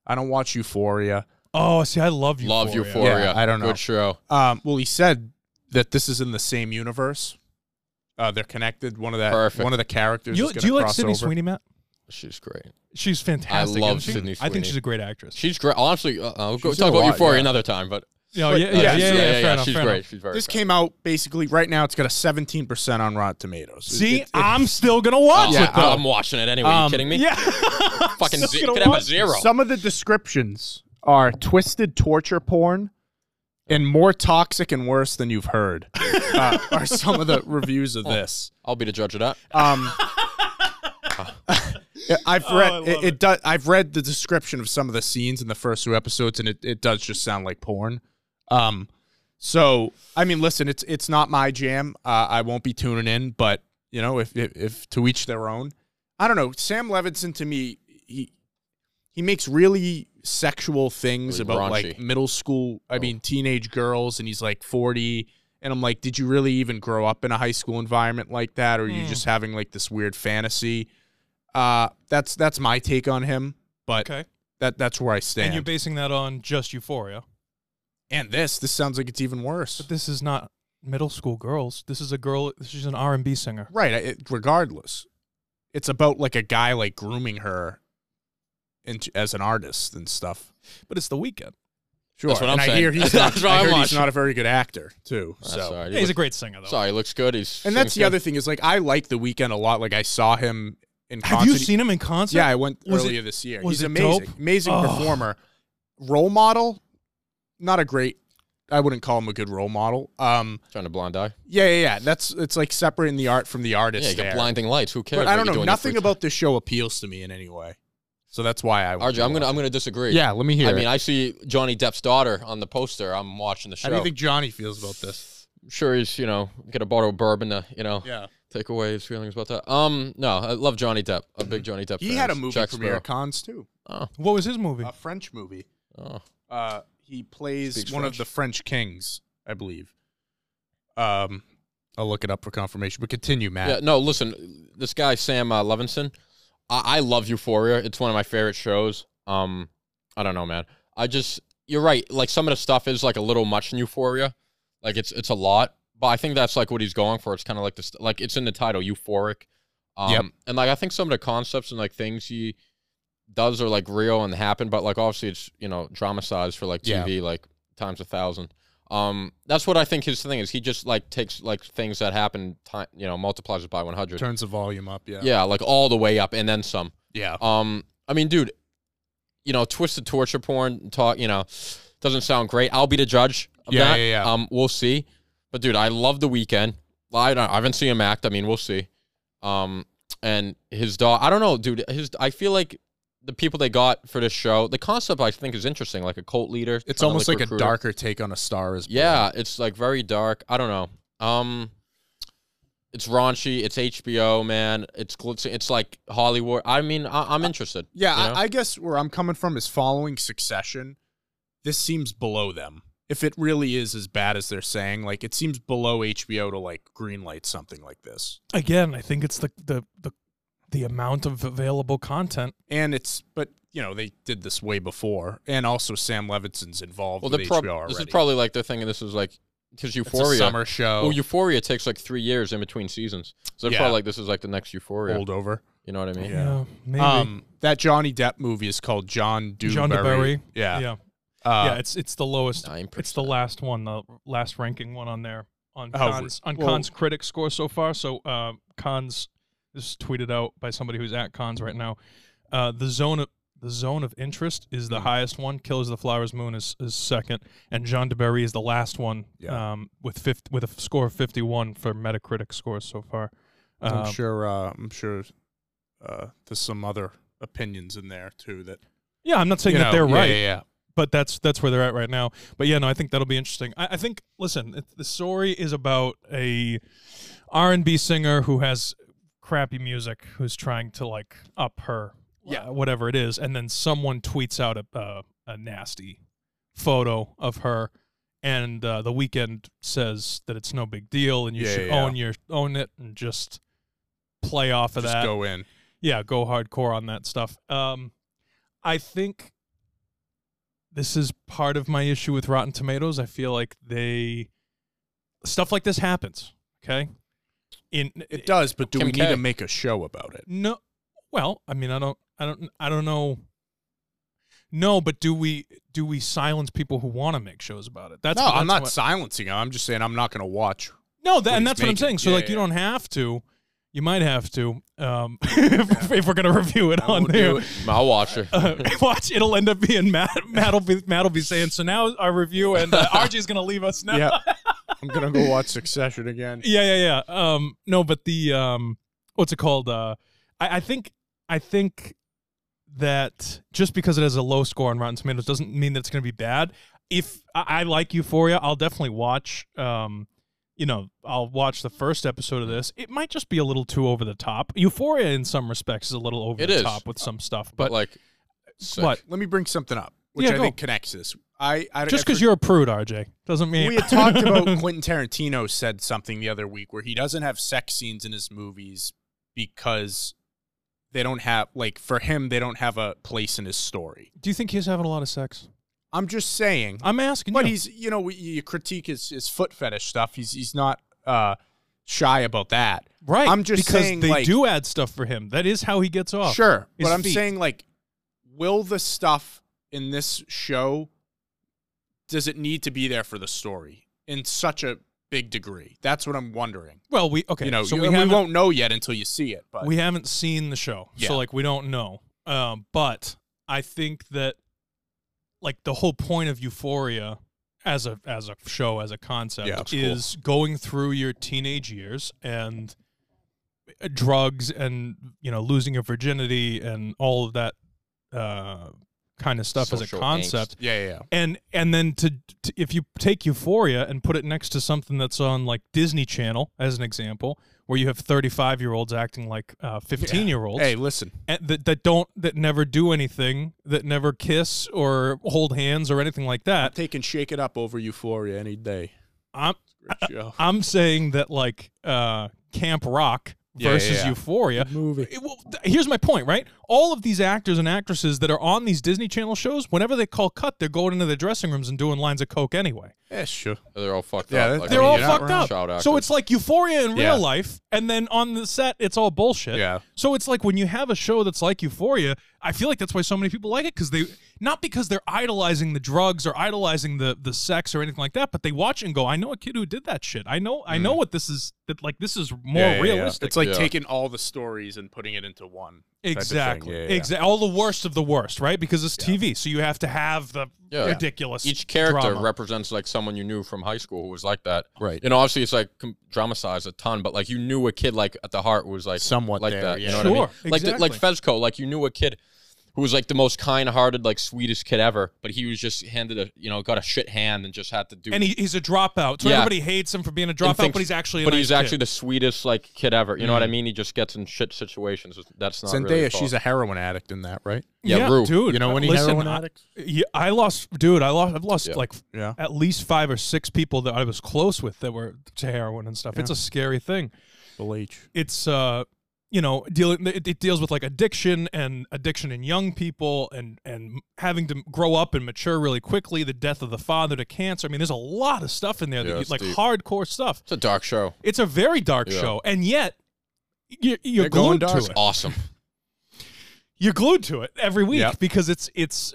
Speaker 1: I don't watch Euphoria.
Speaker 3: Oh, see, I love you.
Speaker 2: Love Euphoria.
Speaker 1: Yeah, I don't know.
Speaker 2: Good show.
Speaker 1: Um, well, he said that this is in the same universe. Uh, they're connected. One of that.
Speaker 2: Perfect.
Speaker 1: One of the characters.
Speaker 3: You,
Speaker 1: is gonna
Speaker 3: do you like
Speaker 1: cross
Speaker 3: Sydney
Speaker 1: over.
Speaker 3: Sweeney, Matt?
Speaker 2: She's great.
Speaker 3: She's fantastic.
Speaker 2: love
Speaker 3: isn't she?
Speaker 2: Sydney
Speaker 3: I think
Speaker 2: Sweeney.
Speaker 3: she's a great actress.
Speaker 2: She's great. Honestly, uh, uh, we'll go
Speaker 1: She's
Speaker 2: talk
Speaker 1: in a
Speaker 2: about
Speaker 1: lot,
Speaker 2: Euphoria
Speaker 1: yeah.
Speaker 2: another time. But
Speaker 3: Oh, yeah,
Speaker 2: but,
Speaker 3: yeah, yeah,
Speaker 2: she's-
Speaker 3: yeah, fair enough,
Speaker 2: She's
Speaker 3: fair
Speaker 2: great.
Speaker 3: enough.
Speaker 2: She's very.
Speaker 1: This
Speaker 2: great.
Speaker 1: came out basically right now. It's got a 17% on Rotten Tomatoes.
Speaker 3: See,
Speaker 1: It- it-
Speaker 3: I'm still gonna watch
Speaker 2: yeah,
Speaker 3: it though.
Speaker 2: I'm watching it anyway. you
Speaker 1: Um,
Speaker 2: kidding me?
Speaker 3: yeah.
Speaker 2: Fucking
Speaker 3: Still
Speaker 2: ze-
Speaker 3: gonna
Speaker 2: could have a
Speaker 3: watch it.
Speaker 2: zero.
Speaker 1: Some of the descriptions are twisted torture porn and more toxic and worse than you've heard. uh, are some of the reviews
Speaker 2: Oh.
Speaker 1: of this.
Speaker 2: I'll be the judge of that.
Speaker 1: Um, I've read
Speaker 3: Oh, I love
Speaker 1: it, it does. I've read the description of some of the scenes in the first two episodes, and it, it does just sound like porn. Um, so I mean, listen, it's it's not my jam. Uh, I won't be tuning in, but you know, if, if if to each their own. I don't know. Sam Levinson to me, he he makes really sexual things
Speaker 2: Really
Speaker 1: about like
Speaker 2: raunchy. Oh.
Speaker 1: middle school. I mean, teenage girls, and he's like forty. And I'm like, did you really even grow up in a high school environment like that, or are you
Speaker 3: Hmm.
Speaker 1: just having like this weird fantasy? Uh, that's that's my take on him, but
Speaker 3: okay.
Speaker 1: that that's where I stand.
Speaker 3: And
Speaker 1: And,
Speaker 3: you're basing that on just Euphoria.
Speaker 1: this this sounds like it's even worse,
Speaker 3: But this is not middle school girls. This is a girl. She's an R and B singer.
Speaker 1: right? I- It, regardless, it's about like a guy like grooming her, into, as an artist and stuff.
Speaker 3: But it's the weekend.
Speaker 1: Sure,
Speaker 2: That's what
Speaker 1: and
Speaker 2: I'm
Speaker 1: I
Speaker 2: saying.
Speaker 1: hear he's not,
Speaker 2: That's what
Speaker 1: I
Speaker 2: I'm
Speaker 1: heard he's
Speaker 2: watching.
Speaker 1: not a very good actor too.
Speaker 2: Ah,
Speaker 1: So.
Speaker 2: sorry, he
Speaker 3: Yeah, he's a
Speaker 2: looks,
Speaker 3: great singer though.
Speaker 2: sorry, he looks good. He's
Speaker 1: And that's
Speaker 2: sings
Speaker 1: the
Speaker 2: good.
Speaker 1: other thing is like I like The Weekend a lot. Like I saw him in concert.
Speaker 3: Have you seen him in concert?
Speaker 1: Yeah, I went
Speaker 3: Was it-
Speaker 1: earlier this year.
Speaker 3: was
Speaker 1: He's
Speaker 3: it
Speaker 1: amazing,
Speaker 3: dope?
Speaker 1: amazing
Speaker 3: Oh.
Speaker 1: performer. Role model, not a great. I wouldn't call him a good role model. Um,
Speaker 2: Trying to blind eye.
Speaker 1: yeah, yeah, yeah. That's it's like separating the art from the
Speaker 2: Yeah,
Speaker 1: artist.
Speaker 2: you got
Speaker 1: there.
Speaker 2: blinding lights. Who cares?
Speaker 1: But I
Speaker 2: what
Speaker 1: don't
Speaker 2: you do
Speaker 1: know.
Speaker 2: in your free
Speaker 1: Nothing
Speaker 2: time?
Speaker 1: about this show appeals to me in any way. So that's why I.
Speaker 2: RJ, I'm gonna I'm gonna disagree.
Speaker 1: Yeah, let me hear.
Speaker 2: I
Speaker 1: it.
Speaker 2: mean, I see Johnny Depp's daughter on the poster. I'm watching the show.
Speaker 1: how do you think Johnny feels about this?
Speaker 2: I'm sure he's you know get a bottle of bourbon to you know
Speaker 1: Yeah,
Speaker 2: take away his feelings about that. Um, no, I love Johnny Depp. A big Johnny Depp.
Speaker 1: he
Speaker 2: fan.
Speaker 1: had a movie
Speaker 2: Jack
Speaker 1: premiere
Speaker 2: Sparrow.
Speaker 1: at cons too,
Speaker 3: What was his movie?
Speaker 1: a French movie.
Speaker 2: Oh,
Speaker 1: Uh, he plays
Speaker 2: Speaks
Speaker 1: one
Speaker 2: French.
Speaker 1: of the French kings, I believe. Um, I'll look it up for confirmation. But continue, Matt.
Speaker 2: Yeah, no, listen, this guy Sam uh, Levinson, I-, I love Euphoria. It's one of my favorite shows. Um, I don't know, man. I just you're right. Like some of the stuff is like a little much in Euphoria. Like it's it's a lot, But I think that's like what he's going for. It's kind of like this, like it's in the title, euphoric. Um,
Speaker 1: Yep.
Speaker 2: And like I think some of the concepts and like things he does are like real and happen, but like obviously it's you know dramatized for like
Speaker 1: Yeah.
Speaker 2: TV like times a thousand. Um, that's what I think his thing is. He just like takes like things that happen, time you know, multiplies it by one hundred.
Speaker 1: Turns the volume up. Yeah.
Speaker 2: Yeah, like all the way up and then some.
Speaker 1: Yeah.
Speaker 2: Um, I mean, dude, you know, twisted torture porn talk, you know, doesn't sound great. I'll be the judge. Of
Speaker 1: Yeah,
Speaker 2: that.
Speaker 1: yeah, yeah.
Speaker 2: Um, we'll see. But dude, I love the weekend. I don't. I haven't seen him act. I mean, we'll see. Um, and his dog. I don't know, dude. His. I feel like the people they got for this show. The concept I think is interesting, like a cult leader.
Speaker 1: It's
Speaker 2: kinda
Speaker 1: almost like, a
Speaker 2: recruiter.
Speaker 1: darker take on a star as
Speaker 2: Yeah, it's like very dark. I don't know. Um, it's raunchy. It's HBO, man. It's glitzy. It's like Hollywood. I mean, I, I'm interested.
Speaker 1: Yeah,
Speaker 2: you know?
Speaker 1: I, I guess where I'm coming from is following Succession. This seems below them. If it really is as bad as they're saying, like it seems below HBO to like greenlight something like this.
Speaker 3: Again, I think it's the the the, the amount of available content.
Speaker 1: And it's, but you know, they did this way before, and also Sam Levinson's involved
Speaker 2: well,
Speaker 1: with
Speaker 2: the
Speaker 1: HBO
Speaker 2: prob-
Speaker 1: already.
Speaker 2: this is probably like they're thinking this is like because
Speaker 1: It's a
Speaker 2: Euphoria.
Speaker 1: summer show.
Speaker 2: Well, Euphoria takes like three years in between seasons, so they're
Speaker 1: Yeah.
Speaker 2: probably like this is like the next Euphoria.
Speaker 1: Hold over.
Speaker 2: You know what I mean?
Speaker 1: Yeah.
Speaker 3: maybe.
Speaker 1: Um, that Johnny Depp movie is called John Dewberry.
Speaker 3: John DeBerry.
Speaker 1: Yeah.
Speaker 3: yeah,
Speaker 1: Uh,
Speaker 3: yeah. It's it's the lowest.
Speaker 2: Nine
Speaker 3: It's the
Speaker 2: percent.
Speaker 3: last one, the last ranking one on there on
Speaker 1: Oh,
Speaker 3: Khan's on
Speaker 1: well-
Speaker 3: Khan's critic score so far. So uh, Khan's this is tweeted out by somebody who's at Khan's right now. Uh, the zone of the zone of interest is the highest one. Killers of the Flowers Moon is, is second, and John DeBerry is the last one
Speaker 1: Yeah.
Speaker 3: um, with fifth with a f- score of fifty one for Metacritic scores so far.
Speaker 1: I'm
Speaker 3: Um,
Speaker 1: sure. Uh, I'm sure. Uh, there's some other opinions in there too that
Speaker 3: Yeah, I'm not saying
Speaker 1: you
Speaker 3: that
Speaker 1: know,
Speaker 3: they're
Speaker 1: yeah,
Speaker 3: right.
Speaker 1: Yeah, yeah.
Speaker 3: but that's that's where they're at right now. But yeah, no, I think that'll be interesting. I, I think listen, it, the story is about a R and B singer who has crappy music who's trying to like up her,
Speaker 1: Yeah.
Speaker 3: uh, whatever it is, and then someone tweets out a a, a nasty photo of her. And uh, the weekend says that it's no big deal, and you
Speaker 1: Yeah,
Speaker 3: should
Speaker 1: yeah, yeah.
Speaker 3: own your own it, and just play off of
Speaker 1: Just
Speaker 3: that
Speaker 1: go in.
Speaker 3: yeah, go hardcore on that stuff. Um, I think this is part of my issue with Rotten Tomatoes. I feel like they stuff like this happens. Okay, in
Speaker 1: It does, but do
Speaker 2: Kim
Speaker 1: we need
Speaker 2: K.
Speaker 1: to make a show about it?
Speaker 3: no, well, I mean, I don't, I don't, I don't know. No, but do we do we silence people who want to make shows about it? That's
Speaker 1: no,
Speaker 3: that's
Speaker 1: I'm not
Speaker 3: what-
Speaker 1: silencing him. I'm just saying I'm not going to watch.
Speaker 3: No, that,
Speaker 1: what
Speaker 3: and
Speaker 1: he's
Speaker 3: that's what I'm
Speaker 1: making.
Speaker 3: saying. So
Speaker 1: Yeah,
Speaker 3: like, you
Speaker 1: yeah.
Speaker 3: don't have to. You might have to um, if, if we're gonna review it
Speaker 1: I
Speaker 3: on
Speaker 1: won't
Speaker 3: there.
Speaker 1: do it.
Speaker 2: I'll watch her.
Speaker 3: uh, watch it'll end up being Matt. Matt'll be Matt'll be saying so now our review and uh, RJ's gonna leave us now. Yeah.
Speaker 1: Yeah, I'm going to go watch Succession again.
Speaker 3: yeah, yeah, Um, no, but the um, what's it called? Uh, I, I think I think that just because it has a low score on Rotten Tomatoes doesn't mean that it's gonna be bad. If I, I like Euphoria, I'll definitely watch. Um, you know, I'll watch the first episode of this. It might just be a little too over the top. Euphoria, in some respects, is a little over
Speaker 2: It
Speaker 3: the
Speaker 2: is.
Speaker 3: top with some stuff.
Speaker 2: but
Speaker 3: But,
Speaker 2: like, sick.
Speaker 3: what?
Speaker 1: Let me bring something up, which
Speaker 3: Yeah,
Speaker 1: I
Speaker 3: go.
Speaker 1: think connects to this. I, I I
Speaker 3: Just because you're a prude, RJ, doesn't mean
Speaker 1: we had talked about Quentin Tarantino said something the other week where he doesn't have sex scenes in his movies because they don't have like for him they don't have a place in his story.
Speaker 3: Do you think he's having a lot of sex?
Speaker 1: I'm just saying.
Speaker 3: I'm asking
Speaker 1: But
Speaker 3: you.
Speaker 1: he's, you know, we- you critique his, his foot fetish stuff. He's he's not uh, shy about that.
Speaker 3: right.
Speaker 1: I'm just
Speaker 3: because
Speaker 1: saying,
Speaker 3: they
Speaker 1: like-
Speaker 3: do add stuff for him. That is how he gets off.
Speaker 1: Sure,
Speaker 3: his
Speaker 1: but I'm
Speaker 3: feet.
Speaker 1: saying like, will the stuff in this show does it need to be there for the story in such a big degree? That's what I'm wondering.
Speaker 3: Well, we okay.
Speaker 1: you know,
Speaker 3: so
Speaker 1: you-
Speaker 3: we,
Speaker 1: and we,
Speaker 3: haven't,
Speaker 1: won't know yet until you see it. But
Speaker 3: we haven't seen the show,
Speaker 1: Yeah.
Speaker 3: so like we don't know. Um, but I think that like the whole point of Euphoria as a as a show as a concept
Speaker 1: Yeah, it's cool.
Speaker 3: is going through your teenage years and uh, drugs and you know losing your virginity and all of that uh, kind of stuff as a
Speaker 2: Social
Speaker 3: concept.
Speaker 1: yeah, yeah, yeah.
Speaker 3: and and then to, to if you take euphoria and put it next to something that's on like disney channel as an example where you have 35 year olds acting like 15 year olds
Speaker 1: Hey, listen,
Speaker 3: that, that don't that never do anything that never kiss or hold hands or anything like that
Speaker 1: taking shake it up over Euphoria any day.
Speaker 3: i'm
Speaker 1: Great show.
Speaker 3: i'm saying that like uh camp rock
Speaker 1: Yeah, yeah,
Speaker 3: versus
Speaker 1: yeah.
Speaker 3: euphoria
Speaker 1: movie.
Speaker 3: It- well, th- here's my point, right? All of these actors and actresses that are on these Disney Channel shows, whenever they call cut, they're going into their dressing rooms and doing lines of coke anyway.
Speaker 1: Yeah, sure.
Speaker 2: They're all fucked
Speaker 1: Yeah,
Speaker 2: up.
Speaker 1: that- I
Speaker 3: They're
Speaker 1: mean,
Speaker 3: all
Speaker 1: you're not
Speaker 3: fucked
Speaker 1: wrong.
Speaker 3: up.
Speaker 2: Child actors.
Speaker 3: So it's like Euphoria in
Speaker 1: Yeah.
Speaker 3: real life, and then on the set, it's all bullshit.
Speaker 1: Yeah.
Speaker 3: So it's like when you have a show that's like Euphoria, I feel like that's why so many people like it because they not because they're idolizing the drugs or idolizing the the sex or anything like that, but they watch and go, I know a kid who did that shit. I know I know what this is that like this is
Speaker 1: Yeah,
Speaker 3: more
Speaker 1: yeah, yeah.
Speaker 3: realistic.
Speaker 1: It's like
Speaker 2: Mm. Yeah.
Speaker 1: taking all the stories and putting it into one. type of thing.
Speaker 3: Exactly.
Speaker 1: Yeah, yeah, yeah.
Speaker 3: Exactly. All the worst of the worst, right? Because it's TV, so you have to have the
Speaker 2: Yeah.
Speaker 3: ridiculous
Speaker 2: each character
Speaker 3: drama.
Speaker 2: represents like someone you knew from high school who was like that.
Speaker 1: Right.
Speaker 2: And obviously it's like com- dramatized a ton, but like you knew a kid like at the heart was like
Speaker 1: Somewhat
Speaker 2: like
Speaker 1: there,
Speaker 2: that. You
Speaker 1: yeah.
Speaker 2: know
Speaker 3: Sure,
Speaker 2: what I mean? Like the, like Fezco, like you knew a kid who was like the most kind-hearted, like sweetest kid ever, but he was just handed a you know got a shit hand and just had to do.
Speaker 3: and he, he's a dropout, so
Speaker 2: Yeah.
Speaker 3: everybody hates him for being a
Speaker 2: and
Speaker 3: dropout,
Speaker 2: thinks-
Speaker 3: but he's actually a
Speaker 2: but
Speaker 3: nice
Speaker 2: he's
Speaker 3: kid.
Speaker 2: actually the sweetest like kid ever. You know what
Speaker 3: Mm-hmm.
Speaker 2: I mean? He just gets in shit situations. That's not
Speaker 1: Zendaya,
Speaker 2: Really his fault.
Speaker 1: she's a heroin addict in that, right?
Speaker 2: yeah, Rue.
Speaker 3: dude.
Speaker 1: You know
Speaker 3: uh,
Speaker 1: when he
Speaker 3: listen,
Speaker 1: heroin
Speaker 3: I,
Speaker 1: addict?
Speaker 3: yeah, I lost, dude. I lost. I've lost
Speaker 2: Yeah.
Speaker 3: like
Speaker 1: Yeah.
Speaker 3: at least five or six people that I was close with that were to heroin and stuff. It's a scary thing.
Speaker 1: Bill H.
Speaker 3: It's uh, you know, dealing. It, it deals with like addiction and addiction in young people and and having to grow up and mature really quickly. The death of the father to cancer. I mean, there's a lot of stuff in there
Speaker 2: Yeah,
Speaker 3: that you,
Speaker 2: it's
Speaker 3: like
Speaker 2: deep.
Speaker 3: hardcore stuff.
Speaker 2: It's a dark show.
Speaker 3: It's a very dark
Speaker 2: Yeah.
Speaker 3: show, and yet. You're, you're
Speaker 1: They're going
Speaker 3: glued to
Speaker 1: dark.
Speaker 3: it.
Speaker 2: Awesome.
Speaker 3: you're glued to it every week
Speaker 1: Yeah.
Speaker 3: because it's it's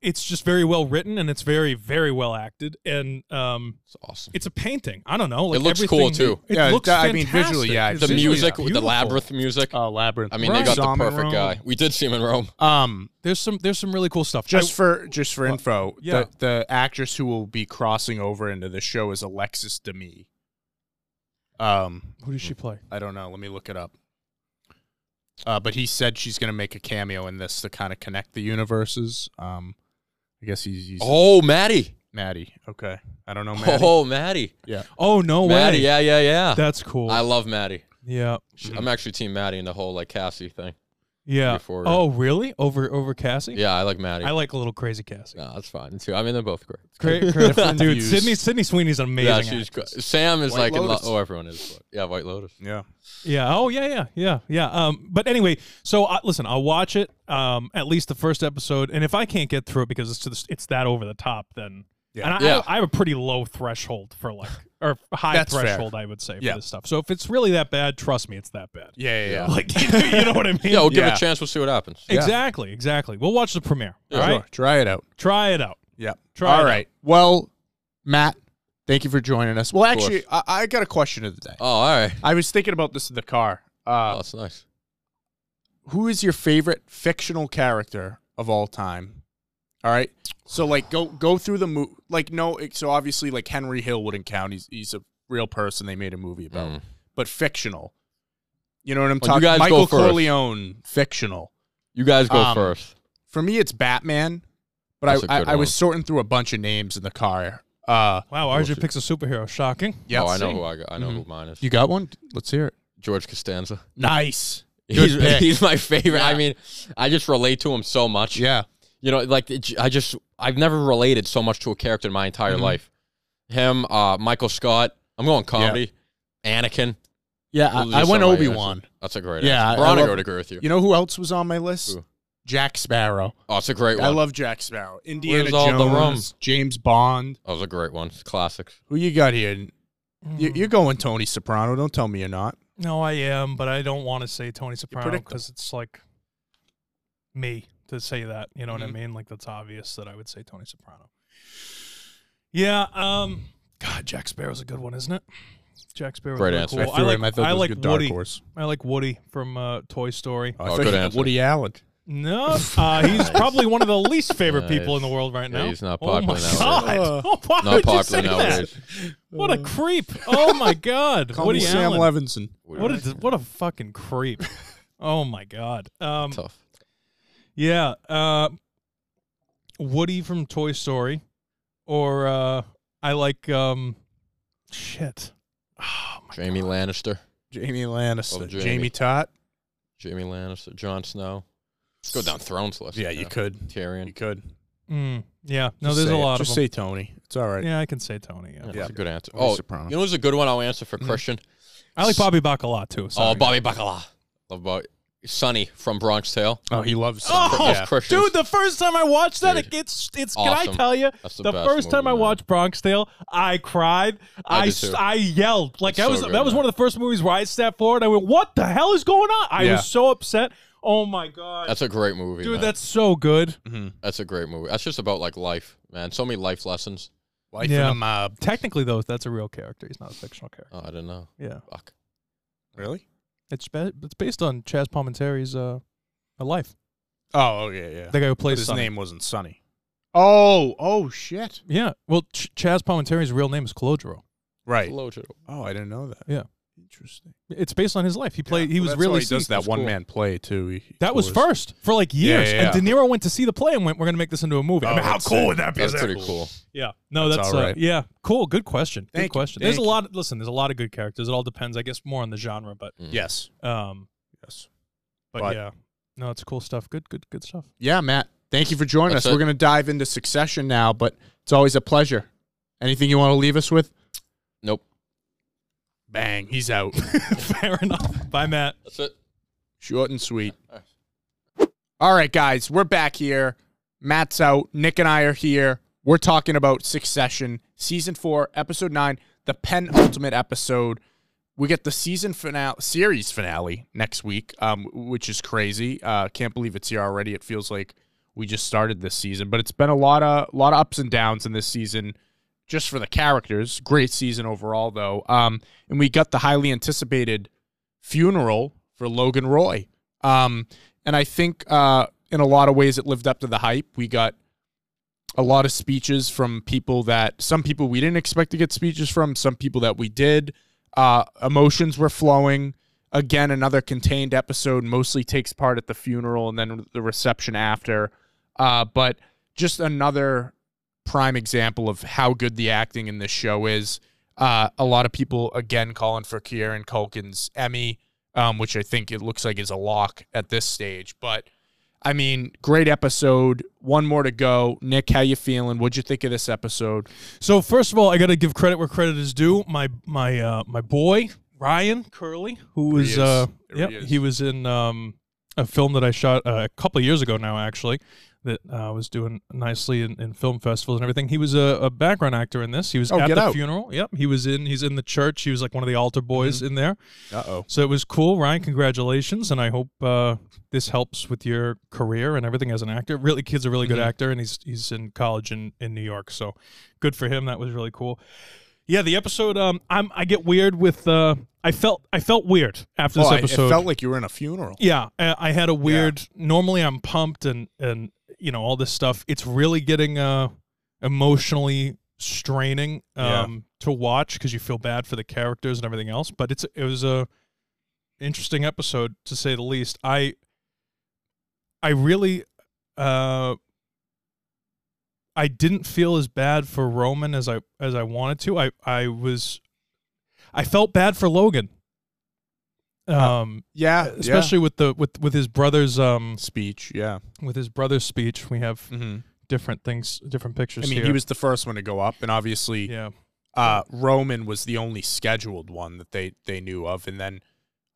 Speaker 3: it's just very well written and it's very very well acted and um
Speaker 2: It's awesome.
Speaker 3: it's a painting. I don't know. Like
Speaker 2: It looks
Speaker 3: everything-
Speaker 2: cool, too.
Speaker 3: It
Speaker 1: Yeah,
Speaker 3: looks
Speaker 1: I mean,
Speaker 3: fantastic.
Speaker 1: visually, yeah,
Speaker 3: It's
Speaker 2: The
Speaker 1: visually
Speaker 2: music, with the
Speaker 3: beautiful. Uh,
Speaker 2: labyrinth music.
Speaker 1: Oh, labyrinth.
Speaker 2: I mean, they got the perfect guy. We did see him in Rome.
Speaker 1: Um,
Speaker 3: There's some there's some really cool stuff.
Speaker 1: just
Speaker 3: I-
Speaker 1: for just for info,
Speaker 3: yeah.
Speaker 1: the the actress who will be crossing over into the show is Alexis Demi. Um,
Speaker 3: who does she play?
Speaker 1: I don't know. Let me look it up. Uh, but he said she's going to make a cameo in this to kind of connect the universes. Um, I guess he's, he's
Speaker 2: Oh, Maddie.
Speaker 1: Maddie. Okay, I don't know Maddie.
Speaker 2: Oh, Maddie.
Speaker 3: Oh no
Speaker 2: Maddie,
Speaker 3: way.
Speaker 2: yeah, yeah, yeah.
Speaker 3: That's cool.
Speaker 2: I love Maddie.
Speaker 3: yeah.
Speaker 2: She-
Speaker 1: Mm-hmm.
Speaker 2: I'm actually Team Maddie in the whole like Cassie thing.
Speaker 3: Yeah.
Speaker 2: Euphoria.
Speaker 3: Oh really? Over over Cassie?
Speaker 2: Yeah, I like Maddie.
Speaker 3: I like a little crazy Cassie.
Speaker 2: no, that's fine too. I mean, they're both great.
Speaker 3: Great, great
Speaker 1: Different
Speaker 3: dude.
Speaker 1: views.
Speaker 3: Sydney Sydney Sweeney's an amazing.
Speaker 2: yeah, she's
Speaker 3: actress.
Speaker 2: great. Sam is
Speaker 1: White
Speaker 2: like in lo-
Speaker 1: Lotus.
Speaker 2: oh, everyone is. but- Yeah, White Lotus.
Speaker 1: Yeah.
Speaker 3: Yeah. Oh, yeah, yeah, yeah, yeah. Um, but anyway, so uh, listen, I'll watch it. Um, at least the first episode, and if I can't get through it because it's to the, it's that over the top, then
Speaker 1: Yeah.
Speaker 3: And I,
Speaker 2: Yeah.
Speaker 3: I, have a pretty low threshold for like or high
Speaker 1: That's fair.
Speaker 3: threshold, I would say
Speaker 1: Yeah.
Speaker 3: for this stuff. So if it's really that bad, trust me, it's that bad.
Speaker 1: Yeah, yeah, yeah.
Speaker 3: Like you know what I mean?
Speaker 2: Yeah, we'll give it
Speaker 1: Yeah.
Speaker 2: a chance. We'll see what happens.
Speaker 3: Exactly. Exactly. We'll watch the premiere. all right.
Speaker 1: Sure, Try it out.
Speaker 3: Try it out.
Speaker 1: Yeah.
Speaker 3: Try it
Speaker 1: All
Speaker 3: out.
Speaker 1: right. Well, Matt, thank you for joining us. Well,
Speaker 2: course.
Speaker 1: actually, I, I got a question of the day.
Speaker 2: Oh, all right.
Speaker 1: I was thinking about this in the car.
Speaker 2: Oh,
Speaker 1: Uh,
Speaker 2: that's nice.
Speaker 1: who is your favorite fictional character of all time? All right. So like go go through the movie. Like no, so obviously like Henry Hill wouldn't count. He's he's a real person. They made a movie about,
Speaker 2: Mm.
Speaker 1: but fictional. You know what I'm
Speaker 2: Well,
Speaker 1: talking?
Speaker 2: you guys go
Speaker 1: Michael
Speaker 2: first.
Speaker 1: Corleone, fictional.
Speaker 2: You guys go
Speaker 1: Um,
Speaker 2: first.
Speaker 1: For me, it's Batman.
Speaker 2: That's
Speaker 1: But
Speaker 2: a
Speaker 1: I, I,
Speaker 2: good
Speaker 1: I
Speaker 2: one.
Speaker 1: was sorting through a bunch of names in the car. Uh,
Speaker 3: Wow, RJ picks a superhero. Shocking.
Speaker 1: yeah.
Speaker 2: oh, I know
Speaker 1: see. Mm-hmm.
Speaker 2: who I got. I know who mine is.
Speaker 1: You got one? Let's hear it.
Speaker 2: George Costanza.
Speaker 1: Nice. Good
Speaker 2: He's,
Speaker 1: pick.
Speaker 2: he's my favorite. I
Speaker 1: Yeah.
Speaker 2: mean, I just relate to him so much.
Speaker 1: Yeah.
Speaker 2: you know like it, i just i've never related so much to a character in my entire
Speaker 1: Mm-hmm.
Speaker 2: life him uh michael scott i'm going comedy anakin
Speaker 1: Yeah.
Speaker 2: Those are
Speaker 1: I, I
Speaker 2: just
Speaker 1: went
Speaker 2: some of my
Speaker 1: Obi Wan.
Speaker 2: that's a great
Speaker 1: Yeah, I- I
Speaker 2: answer. Veronica
Speaker 1: love-
Speaker 2: would agree with you
Speaker 1: You know who else was on my list?
Speaker 2: Who?
Speaker 1: Jack Sparrow.
Speaker 2: oh it's a great one
Speaker 1: I love Jack Sparrow. Indiana
Speaker 2: all the
Speaker 1: Jones,
Speaker 2: rum?
Speaker 1: James Bond.
Speaker 2: that was a great one it's classics
Speaker 1: Who you got here? You, you're going Tony Soprano. Don't tell me you're not.
Speaker 3: No, I am, but I don't want to say Tony Soprano
Speaker 1: predictable.
Speaker 3: because it's like me to say that. You know
Speaker 1: Mhm.
Speaker 3: what I mean? Like that's obvious that I would say Tony Soprano. Yeah. Um. God, Jack Sparrow's a good one, isn't it? Jack Sparrow's
Speaker 2: Great
Speaker 3: really
Speaker 2: answer.
Speaker 3: cool.
Speaker 2: I
Speaker 1: threw
Speaker 3: like.
Speaker 1: him. I thought that was
Speaker 3: like
Speaker 1: a good dark
Speaker 3: Woody.
Speaker 1: horse.
Speaker 3: I like Woody from uh, Toy Story.
Speaker 1: I
Speaker 2: Oh,
Speaker 1: thought
Speaker 2: good
Speaker 1: you had
Speaker 2: answer.
Speaker 1: Woody Allen.
Speaker 3: No, uh, he's probably one of the least favorite people in the
Speaker 2: Nice.
Speaker 3: world right
Speaker 2: Yeah,
Speaker 3: now.
Speaker 2: he's not
Speaker 3: oh my
Speaker 2: popular nowadays.
Speaker 3: God. Oh, why
Speaker 2: not
Speaker 3: would you
Speaker 2: popular
Speaker 3: say
Speaker 2: nowadays
Speaker 3: That? What a creep! Oh my God,
Speaker 1: Call
Speaker 3: Woody
Speaker 1: me
Speaker 3: Allen.
Speaker 1: Sam Levinson.
Speaker 3: What a what a fucking creep! oh my god. Um,
Speaker 2: tough
Speaker 3: yeah. Uh, Woody from Toy Story, or uh, I like um, shit. Oh my
Speaker 2: jamie lannister
Speaker 1: Jamie Lannister.
Speaker 2: Oh,
Speaker 1: Jamie.
Speaker 2: Jamie.
Speaker 1: Tott.
Speaker 2: jamie lannister Jon snow let's go down thrones list
Speaker 1: Yeah, you could. You
Speaker 2: tyrion
Speaker 1: could.
Speaker 3: Mm, yeah. No,
Speaker 1: Just
Speaker 3: there's
Speaker 1: say
Speaker 3: a
Speaker 1: it.
Speaker 3: lot
Speaker 1: Just
Speaker 3: of
Speaker 1: say Tony. It's all right.
Speaker 3: them. Yeah, I can say Tony.
Speaker 2: yeah,
Speaker 3: Yeah.
Speaker 2: that's a good answer
Speaker 1: Tony
Speaker 2: oh
Speaker 1: Soprano.
Speaker 2: you know what's a good one i'll answer for christian
Speaker 3: I like Bobby Bacala too.
Speaker 2: oh
Speaker 3: sorry.
Speaker 2: bobby bacala love bobby Sonny from Bronx Tale.
Speaker 1: Oh, he loves.
Speaker 3: Oh,
Speaker 2: Yeah. Christians.
Speaker 3: dude! The first time I watched that,
Speaker 2: Dude.
Speaker 3: it gets it's. Can I
Speaker 2: Awesome.
Speaker 3: tell you?
Speaker 2: That's the
Speaker 3: The,
Speaker 2: best
Speaker 3: first time
Speaker 2: movie,
Speaker 3: I
Speaker 2: man.
Speaker 3: watched Bronx Tale, I cried.
Speaker 2: I
Speaker 3: I
Speaker 2: did
Speaker 3: s-
Speaker 2: too.
Speaker 3: I yelled like
Speaker 2: It's
Speaker 3: that
Speaker 2: so
Speaker 3: was
Speaker 2: good,
Speaker 3: that was
Speaker 2: man.
Speaker 3: one of the first movies where I stepped forward. I went, "What the hell is going on?" I
Speaker 1: Yeah.
Speaker 3: was so upset. Oh my god,
Speaker 2: That's a great movie,
Speaker 3: dude!
Speaker 2: man.
Speaker 3: That's so good.
Speaker 2: That's a great movie. That's just about like life, man. So many life lessons.
Speaker 1: Life
Speaker 3: Yeah.
Speaker 1: in a mob.
Speaker 3: Technically, though, that's a real character. He's not a fictional character.
Speaker 2: Oh, I didn't know.
Speaker 3: Yeah,
Speaker 2: Fuck.
Speaker 1: Really?
Speaker 3: it's ba- it's based on Chaz Palminteri's uh, life.
Speaker 1: Oh, oh, yeah, yeah.
Speaker 3: The guy who
Speaker 1: But
Speaker 3: plays
Speaker 1: his
Speaker 3: Sonny.
Speaker 1: name wasn't Sonny. Oh, oh shit.
Speaker 3: Yeah, well, Ch- Chaz Palminteri's real name is Colodro.
Speaker 1: Right.
Speaker 2: Lojo.
Speaker 1: Oh, I didn't know that.
Speaker 3: Yeah.
Speaker 1: Interesting.
Speaker 3: It's based on his life. He played.
Speaker 1: Yeah.
Speaker 3: he
Speaker 1: Well,
Speaker 3: was
Speaker 1: that's why
Speaker 3: really
Speaker 1: he does
Speaker 3: seen-
Speaker 1: that
Speaker 3: It's
Speaker 1: one
Speaker 3: cool.
Speaker 1: man play too. He- he
Speaker 3: That was
Speaker 1: tours-
Speaker 3: first for like years,
Speaker 1: yeah, yeah.
Speaker 3: and De Niro went to see the play and went, "We're going to make this into a movie." I
Speaker 1: Oh,
Speaker 3: mean, how
Speaker 1: that's
Speaker 3: cool
Speaker 1: sick.
Speaker 3: would that be?
Speaker 2: That's
Speaker 1: that
Speaker 2: pretty
Speaker 1: cool?
Speaker 2: cool.
Speaker 3: Yeah, no,
Speaker 1: That's
Speaker 3: that's,
Speaker 1: all
Speaker 3: uh,
Speaker 1: right.
Speaker 3: yeah, cool. Good question.
Speaker 1: Thank you.
Speaker 3: good question. There's
Speaker 1: Thank
Speaker 3: a lot. listen, there's a lot of good characters. It all depends, I guess, more on the genre, but
Speaker 1: Yes.
Speaker 3: um,
Speaker 1: Yes.
Speaker 3: but,
Speaker 1: But-
Speaker 3: yeah, no, it's cool stuff. Good, good, good stuff.
Speaker 1: Yeah, Matt. Thank you for joining
Speaker 2: That's
Speaker 1: us.
Speaker 2: it.
Speaker 1: We're gonna dive into Succession now, but it's always a pleasure. Anything you want to leave us with?
Speaker 2: Nope.
Speaker 1: Bang. He's out.
Speaker 3: Fair enough. Bye, Matt.
Speaker 2: That's it.
Speaker 1: Short and sweet.
Speaker 2: All right.
Speaker 1: All right, guys, we're back here. Matt's out. Nick and I are here. We're talking about Succession, season four, episode nine, the penultimate episode. We get the season finale, series finale next week, um, which is crazy. Uh, can't believe it's here already. It feels like we just started this season, but it's been a lot of lot of ups and downs in this season, just for the characters. Great season overall, though. Um, and we got the highly anticipated funeral for Logan Roy. Um, and I think uh, in a lot of ways it lived up to the hype. We got a lot of speeches from people that some people we didn't expect to get speeches from, some people that we did. Uh, emotions were flowing. Again, another contained episode mostly takes part at the funeral and then the reception after. Uh, but just another prime example of how good the acting in this show is. Uh, a lot of people again calling for Kieran Culkin's Emmy, um, which I think it looks like is a lock at this stage. But I mean, great episode. One more to go. Nick, how you feeling? What'd you think of this episode?
Speaker 3: So first of all, I got to give credit where credit is due. My my uh, my boy Ryan Curley,
Speaker 1: There he
Speaker 3: who was
Speaker 1: is.
Speaker 3: uh,
Speaker 1: There
Speaker 3: yep,
Speaker 1: he
Speaker 3: he,
Speaker 1: is.
Speaker 3: was in um, a film that I shot uh, a couple of years ago now, actually. That uh, was doing nicely in, in film festivals and everything. He was a, a background actor in this. He was
Speaker 1: Oh,
Speaker 3: at
Speaker 1: get
Speaker 3: the
Speaker 1: out.
Speaker 3: funeral. Yep, he was in. He's in the church. He was like one of the altar boys in there.
Speaker 1: Uh oh.
Speaker 3: So it was cool, Ryan. Congratulations, and I hope uh, this helps with your career and everything as an actor. Really, kid's a really good
Speaker 1: Mhm.
Speaker 3: actor, and he's he's in college in, in New York, so good for him. That was really cool. Yeah, the episode. Um, I'm I get weird with. Uh, I felt I felt weird after this
Speaker 1: Oh, I, it
Speaker 3: episode.
Speaker 1: felt like you were in a funeral.
Speaker 3: yeah, I, I had a weird. Normally, I'm pumped and and you know all this stuff. It's really getting uh emotionally straining
Speaker 1: Yeah.
Speaker 3: um to watch because you feel bad for the characters and everything else. But it's it was a interesting episode to say the least. I I really uh I didn't feel as bad for Roman as I as I wanted to. I I was I felt bad for Logan. Um
Speaker 1: Yeah.
Speaker 3: especially with the with with his brother's um
Speaker 1: speech. Yeah.
Speaker 3: with his brother's speech. We have
Speaker 1: Mm-hmm.
Speaker 3: different things, different
Speaker 1: I
Speaker 3: pictures.
Speaker 1: mean,
Speaker 3: here.
Speaker 1: he was the first one to go up, and obviously,
Speaker 3: yeah,
Speaker 1: uh, Roman was the only scheduled one that they they knew of, and then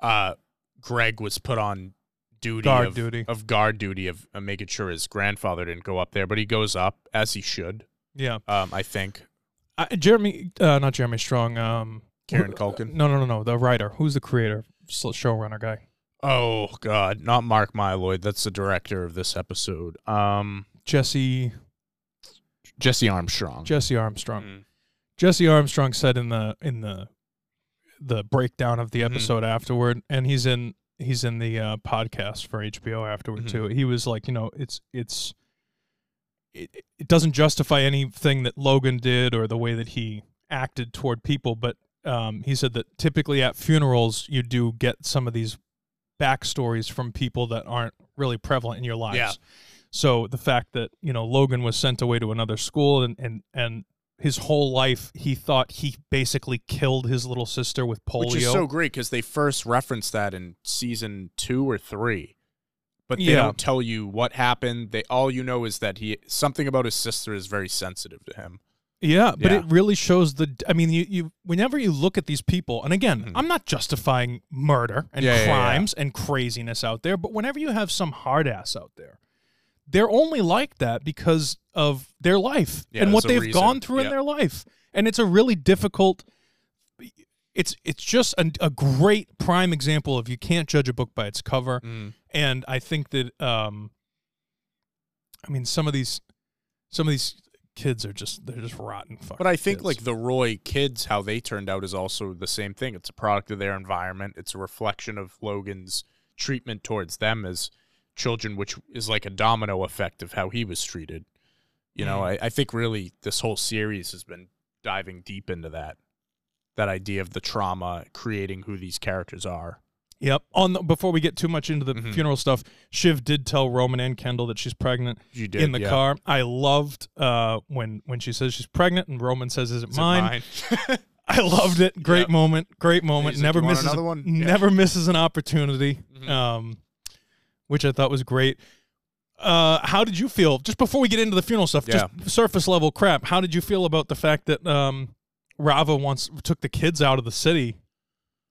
Speaker 1: uh, Greg was put on duty
Speaker 3: Guard
Speaker 1: of,
Speaker 3: duty.
Speaker 1: of guard duty of, of making sure his grandfather didn't go up there, but he goes up as he should,
Speaker 3: yeah.
Speaker 1: um, I think.
Speaker 3: I, Jeremy, uh, not Jeremy Strong. Um,
Speaker 1: Karen
Speaker 3: who-
Speaker 1: Culkin.
Speaker 3: No, no, no, no. The writer, who's the creator, s- showrunner guy,
Speaker 1: Oh God, not Mark Mylod. That's the director of this episode. Um,
Speaker 3: Jesse
Speaker 1: Jesse Armstrong.
Speaker 3: Jesse Armstrong.
Speaker 1: Mm.
Speaker 3: Jesse Armstrong said in the in the the breakdown of the
Speaker 1: Mhm.
Speaker 3: episode afterward, and he's in he's in the uh, podcast for HBO afterward
Speaker 1: Mhm.
Speaker 3: too. He was like, you know, it's it's it, it doesn't justify anything that Logan did or the way that he acted toward people, but um, he said that typically at funerals you do get some of these backstories from people that aren't really prevalent in your lives.
Speaker 1: Yeah.
Speaker 3: So the fact that you know Logan was sent away to another school and and and his whole life he thought he basically killed his little sister with polio.
Speaker 1: Which is so great because they first referenced that in season two or three, but they
Speaker 3: Yeah.
Speaker 1: don't tell you what happened. They all you know is that he something about his sister is very sensitive to him.
Speaker 3: Yeah, but
Speaker 1: Yeah.
Speaker 3: it really shows the. I mean, you, you whenever you look at these people, and again,
Speaker 1: Mhm.
Speaker 3: I'm not justifying murder and
Speaker 1: Yeah, yeah, yeah.
Speaker 3: crimes and craziness out there, but whenever you have some hard ass out there, they're only like that because of their life
Speaker 1: Yeah,
Speaker 3: and what
Speaker 1: there's a
Speaker 3: they've gone
Speaker 1: reason.
Speaker 3: through in
Speaker 1: Yep.
Speaker 3: their life, and it's a really difficult. It's it's just a, a great prime example of you can't judge a book by its cover,
Speaker 1: Mm.
Speaker 3: and I think that um, I mean some of these some of these kids are just they're just rotten fucking.
Speaker 1: But I think
Speaker 3: kids.
Speaker 1: like the Roy kids, how they turned out is also the same thing. It's a product of their environment. It's a reflection of Logan's treatment towards them as children, which is like a domino effect of how he was treated. You know, I, I think really this whole series has been diving deep into that. That idea of the trauma creating who these characters are.
Speaker 3: yep. On the, before we get too much into the
Speaker 1: Mhm.
Speaker 3: funeral stuff, Shiv did tell Roman and Kendall that she's pregnant
Speaker 1: You did
Speaker 3: in the
Speaker 1: yeah.
Speaker 3: car. I loved uh, when when she says she's pregnant and Roman says, "Is it,
Speaker 1: Is it
Speaker 3: mine?
Speaker 1: mine?
Speaker 3: I loved it. Great
Speaker 1: Yep.
Speaker 3: moment. Great moment.
Speaker 1: said, "Do
Speaker 3: Never
Speaker 1: you want
Speaker 3: misses
Speaker 1: another one?" Yeah.
Speaker 3: Never misses an opportunity.
Speaker 1: Mhm.
Speaker 3: Um, which I thought was great. Uh, how did you feel just before we get into the funeral stuff? Just surface level crap. How did you feel about the fact that um, Rava once took the kids out of the city,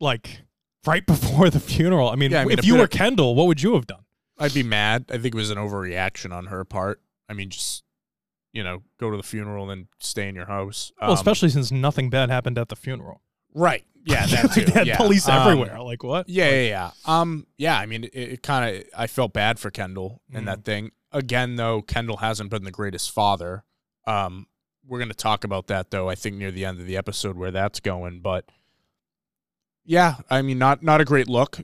Speaker 3: like right before the funeral? I mean,
Speaker 1: Yeah, I mean, a
Speaker 3: if you
Speaker 1: bit
Speaker 3: were
Speaker 1: of-
Speaker 3: Kendall, what would you have done?
Speaker 1: I'd be mad. I think it was an overreaction on her part. I mean, just you know, go to the funeral and then stay in your house.
Speaker 3: well,
Speaker 1: Um,
Speaker 3: especially since nothing bad happened at the funeral.
Speaker 1: right? Yeah, that too.
Speaker 3: Like, they had
Speaker 1: yeah.
Speaker 3: police
Speaker 1: Um,
Speaker 3: everywhere. Like what?
Speaker 1: Yeah, yeah, yeah. Um, yeah. I mean, it, it kind of. I felt bad for Kendall and
Speaker 3: Mm.
Speaker 1: that thing. Again, though, Kendall hasn't been the greatest father. Um, we're gonna talk about that though. I think near the end of the episode where that's going, but yeah, I mean, not not a great look.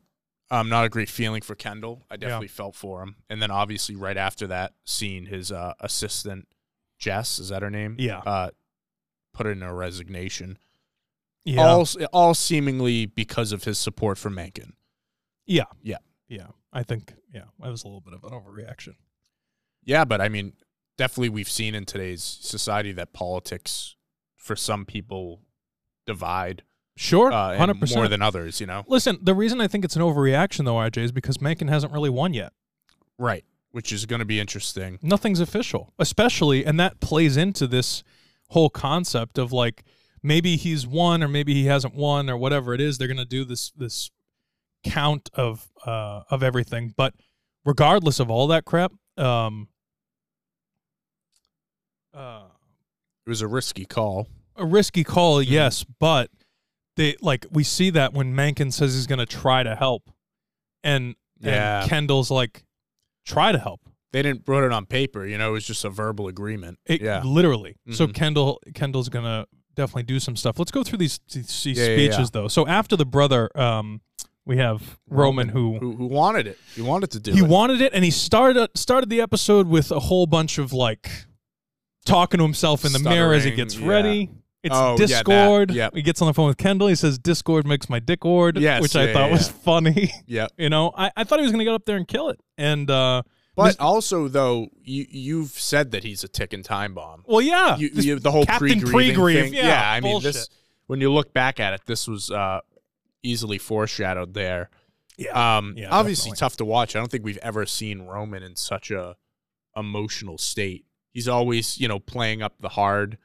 Speaker 1: Um, not a great feeling for Kendall. I definitely felt for him. And then obviously right after that scene, his uh, assistant Jess is that her name?
Speaker 3: Yeah.
Speaker 1: Uh, put in a resignation.
Speaker 3: Yeah.
Speaker 1: All all seemingly because of his support for Mankin.
Speaker 3: Yeah.
Speaker 1: Yeah.
Speaker 3: Yeah. I think, yeah, that was a little bit of an overreaction.
Speaker 1: Yeah, but I mean, definitely we've seen in today's society that politics, for some people, divide
Speaker 3: Sure.
Speaker 1: uh, and
Speaker 3: 100%.
Speaker 1: more than others. You know,
Speaker 3: Listen, the reason I think it's an overreaction, though, RJ, is because Mankin hasn't really won yet.
Speaker 1: right? Which is going to be interesting.
Speaker 3: Nothing's official, especially, and that plays into this whole concept of like maybe he's won or maybe he hasn't won or whatever it is. They're going to do this this count of uh, of everything, but regardless of all that crap, um, uh,
Speaker 1: It was a risky call.
Speaker 3: a risky call,
Speaker 1: Mhm.
Speaker 3: yes, but they like we see that when Mankin says he's going to try to help, and, and
Speaker 1: Yeah.
Speaker 3: Kendall's like try to help.
Speaker 1: They didn't put it on paper. You know, it was just a verbal agreement.
Speaker 3: It,
Speaker 1: yeah,
Speaker 3: literally. So
Speaker 1: Mhm.
Speaker 3: Kendall Kendall's going to definitely do some stuff. Let's go through these, these, these
Speaker 1: Yeah, yeah,
Speaker 3: speeches
Speaker 1: yeah.
Speaker 3: though. So after the brother, um, we have Roman, who.
Speaker 1: who, who wanted it? He wanted to do
Speaker 3: he
Speaker 1: it.
Speaker 3: wanted it, and he started started the episode with a whole bunch of like talking to himself in the mirror as he
Speaker 1: Stuttering,
Speaker 3: gets
Speaker 1: yeah.
Speaker 3: ready. It's
Speaker 1: Oh, yeah, that,
Speaker 3: Discord.
Speaker 1: yep.
Speaker 3: He gets on the phone with Kendall. He says, "Discord makes my dick ord,"
Speaker 1: Yes,
Speaker 3: which
Speaker 1: yeah,
Speaker 3: I thought
Speaker 1: yeah,
Speaker 3: was
Speaker 1: yeah.
Speaker 3: funny.
Speaker 1: yep.
Speaker 3: you know, I, I thought he was going to get up there and kill it. And uh,
Speaker 1: But
Speaker 3: Mis-
Speaker 1: also, though, you you've said that he's a ticking time bomb.
Speaker 3: well, yeah,
Speaker 1: you,
Speaker 3: this-
Speaker 1: you, the whole
Speaker 3: Captain
Speaker 1: pre-grieving
Speaker 3: pre-grieve,
Speaker 1: thing.
Speaker 3: yeah,
Speaker 1: I mean this.
Speaker 3: bullshit.
Speaker 1: When you look back at it, this was uh, easily foreshadowed there. Yeah, um,
Speaker 3: yeah,
Speaker 1: obviously
Speaker 3: definitely.
Speaker 1: tough to watch. I don't think we've ever seen Roman in such a emotional state. He's always, you know, playing up the hard,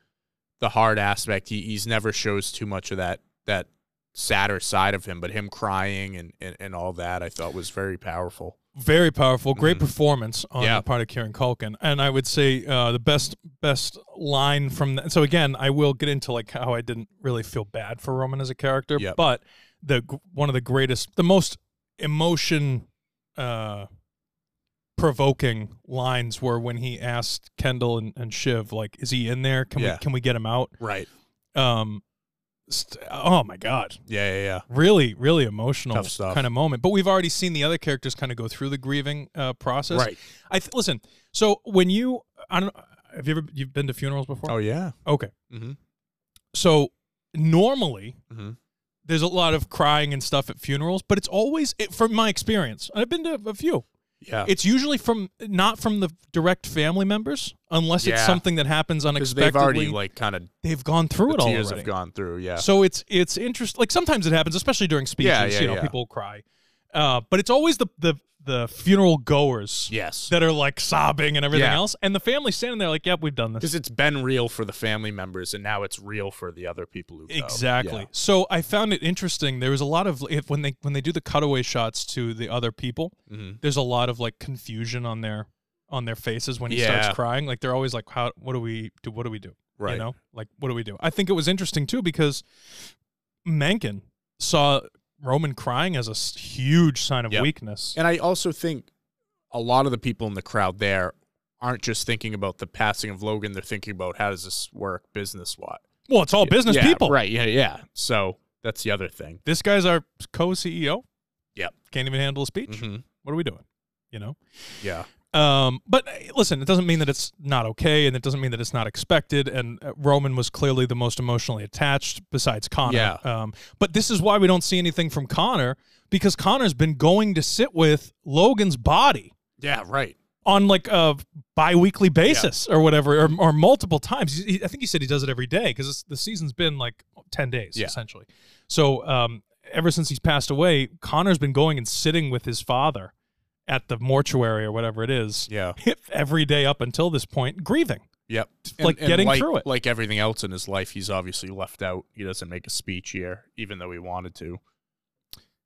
Speaker 1: the hard aspect. He he's never shows too much of that that sadder side of him. But him crying and and, and all that, I thought was very powerful.
Speaker 3: very powerful, great
Speaker 1: Mhm.
Speaker 3: performance on
Speaker 1: Yeah.
Speaker 3: the part of Kieran Culkin, and I would say uh, the best best line from that. So again, I will get into like how I didn't really feel bad for Roman as a character,
Speaker 1: Yep.
Speaker 3: but the g- one of the greatest, the most emotion uh, provoking lines were when he asked Kendall and, and Shiv, like, "Is he in there? Can
Speaker 1: Yeah.
Speaker 3: we can we get him out?"
Speaker 1: Right.
Speaker 3: Um, st- oh my god,
Speaker 1: Yeah. Yeah. Yeah.
Speaker 3: really really emotional
Speaker 1: Tough stuff.
Speaker 3: kind of moment. But we've already seen the other characters kind of go through the grieving uh, process.
Speaker 1: Right.
Speaker 3: I th- listen. So when you, I don't. Have you ever you've been to funerals before?
Speaker 1: Oh yeah.
Speaker 3: Okay.
Speaker 1: Mhm.
Speaker 3: So normally
Speaker 1: Mhm.
Speaker 3: there's a lot of crying and stuff at funerals, but it's always it, from my experience. and I've been to a few.
Speaker 1: Yeah.
Speaker 3: It's usually from not from the direct family members, unless it's
Speaker 1: Yeah.
Speaker 3: something that happens
Speaker 1: Because
Speaker 3: unexpectedly.
Speaker 1: they've already like kind of
Speaker 3: They've gone through
Speaker 1: the
Speaker 3: it all
Speaker 1: tears
Speaker 3: already.
Speaker 1: have gone through. Yeah.
Speaker 3: So it's it's interesting. Like sometimes it happens, especially during speeches.
Speaker 1: Yeah, yeah,
Speaker 3: you know,
Speaker 1: yeah.
Speaker 3: people cry, uh, but it's always the the the funeral goers
Speaker 1: Yes.
Speaker 3: that are like sobbing and everything
Speaker 1: Yeah.
Speaker 3: else, and the family standing there like, "Yep, we've done this."
Speaker 1: Because it's been real for the family members, and now it's real for the other people who go.
Speaker 3: Exactly.
Speaker 1: Yeah.
Speaker 3: So I found it interesting. There was a lot of if, when they when they do the cutaway shots to the other people.
Speaker 1: Mhm.
Speaker 3: There's a lot of like confusion on their on their faces when he starts
Speaker 1: Yeah.
Speaker 3: crying. Like they're always like, "How? What do we do? What do we do?
Speaker 1: Right.
Speaker 3: You know, like what do we do?" I think it was interesting too because Mencken saw Roman crying as a s- huge sign of
Speaker 1: Yep.
Speaker 3: weakness.
Speaker 1: And I also think a lot of the people in the crowd there aren't just thinking about the passing of Logan. They're thinking about how does this work business wise.
Speaker 3: Well, it's all Oh, business
Speaker 1: yeah,
Speaker 3: people.
Speaker 1: Right. Yeah. Yeah. So that's the other thing.
Speaker 3: This guy's our co-CEO.
Speaker 1: Yep.
Speaker 3: Can't even handle a speech.
Speaker 1: Mhm.
Speaker 3: What are we doing? You know.
Speaker 1: Yeah.
Speaker 3: Um, but eh, listen, it doesn't mean that it's not okay, and it doesn't mean that it's not expected. And uh, Roman was clearly the most emotionally attached, besides Connor.
Speaker 1: Yeah.
Speaker 3: Um, but this is why we don't see anything from Connor because Connor's been going to sit with Logan's body
Speaker 1: Yeah. Right.
Speaker 3: on like a bi-weekly basis or whatever, or, or multiple times. He, he- I think he said he does it every day because the season's been like ten days
Speaker 1: Yeah.
Speaker 3: essentially. So um, ever since he's passed away, Connor's been going and sitting with his father at the mortuary or whatever it is
Speaker 1: Yeah.
Speaker 3: every day up until this point grieving.
Speaker 1: Yep.
Speaker 3: Like getting through it.
Speaker 1: Like everything else in his life, he's obviously left out. He doesn't make a speech here, even though he wanted to.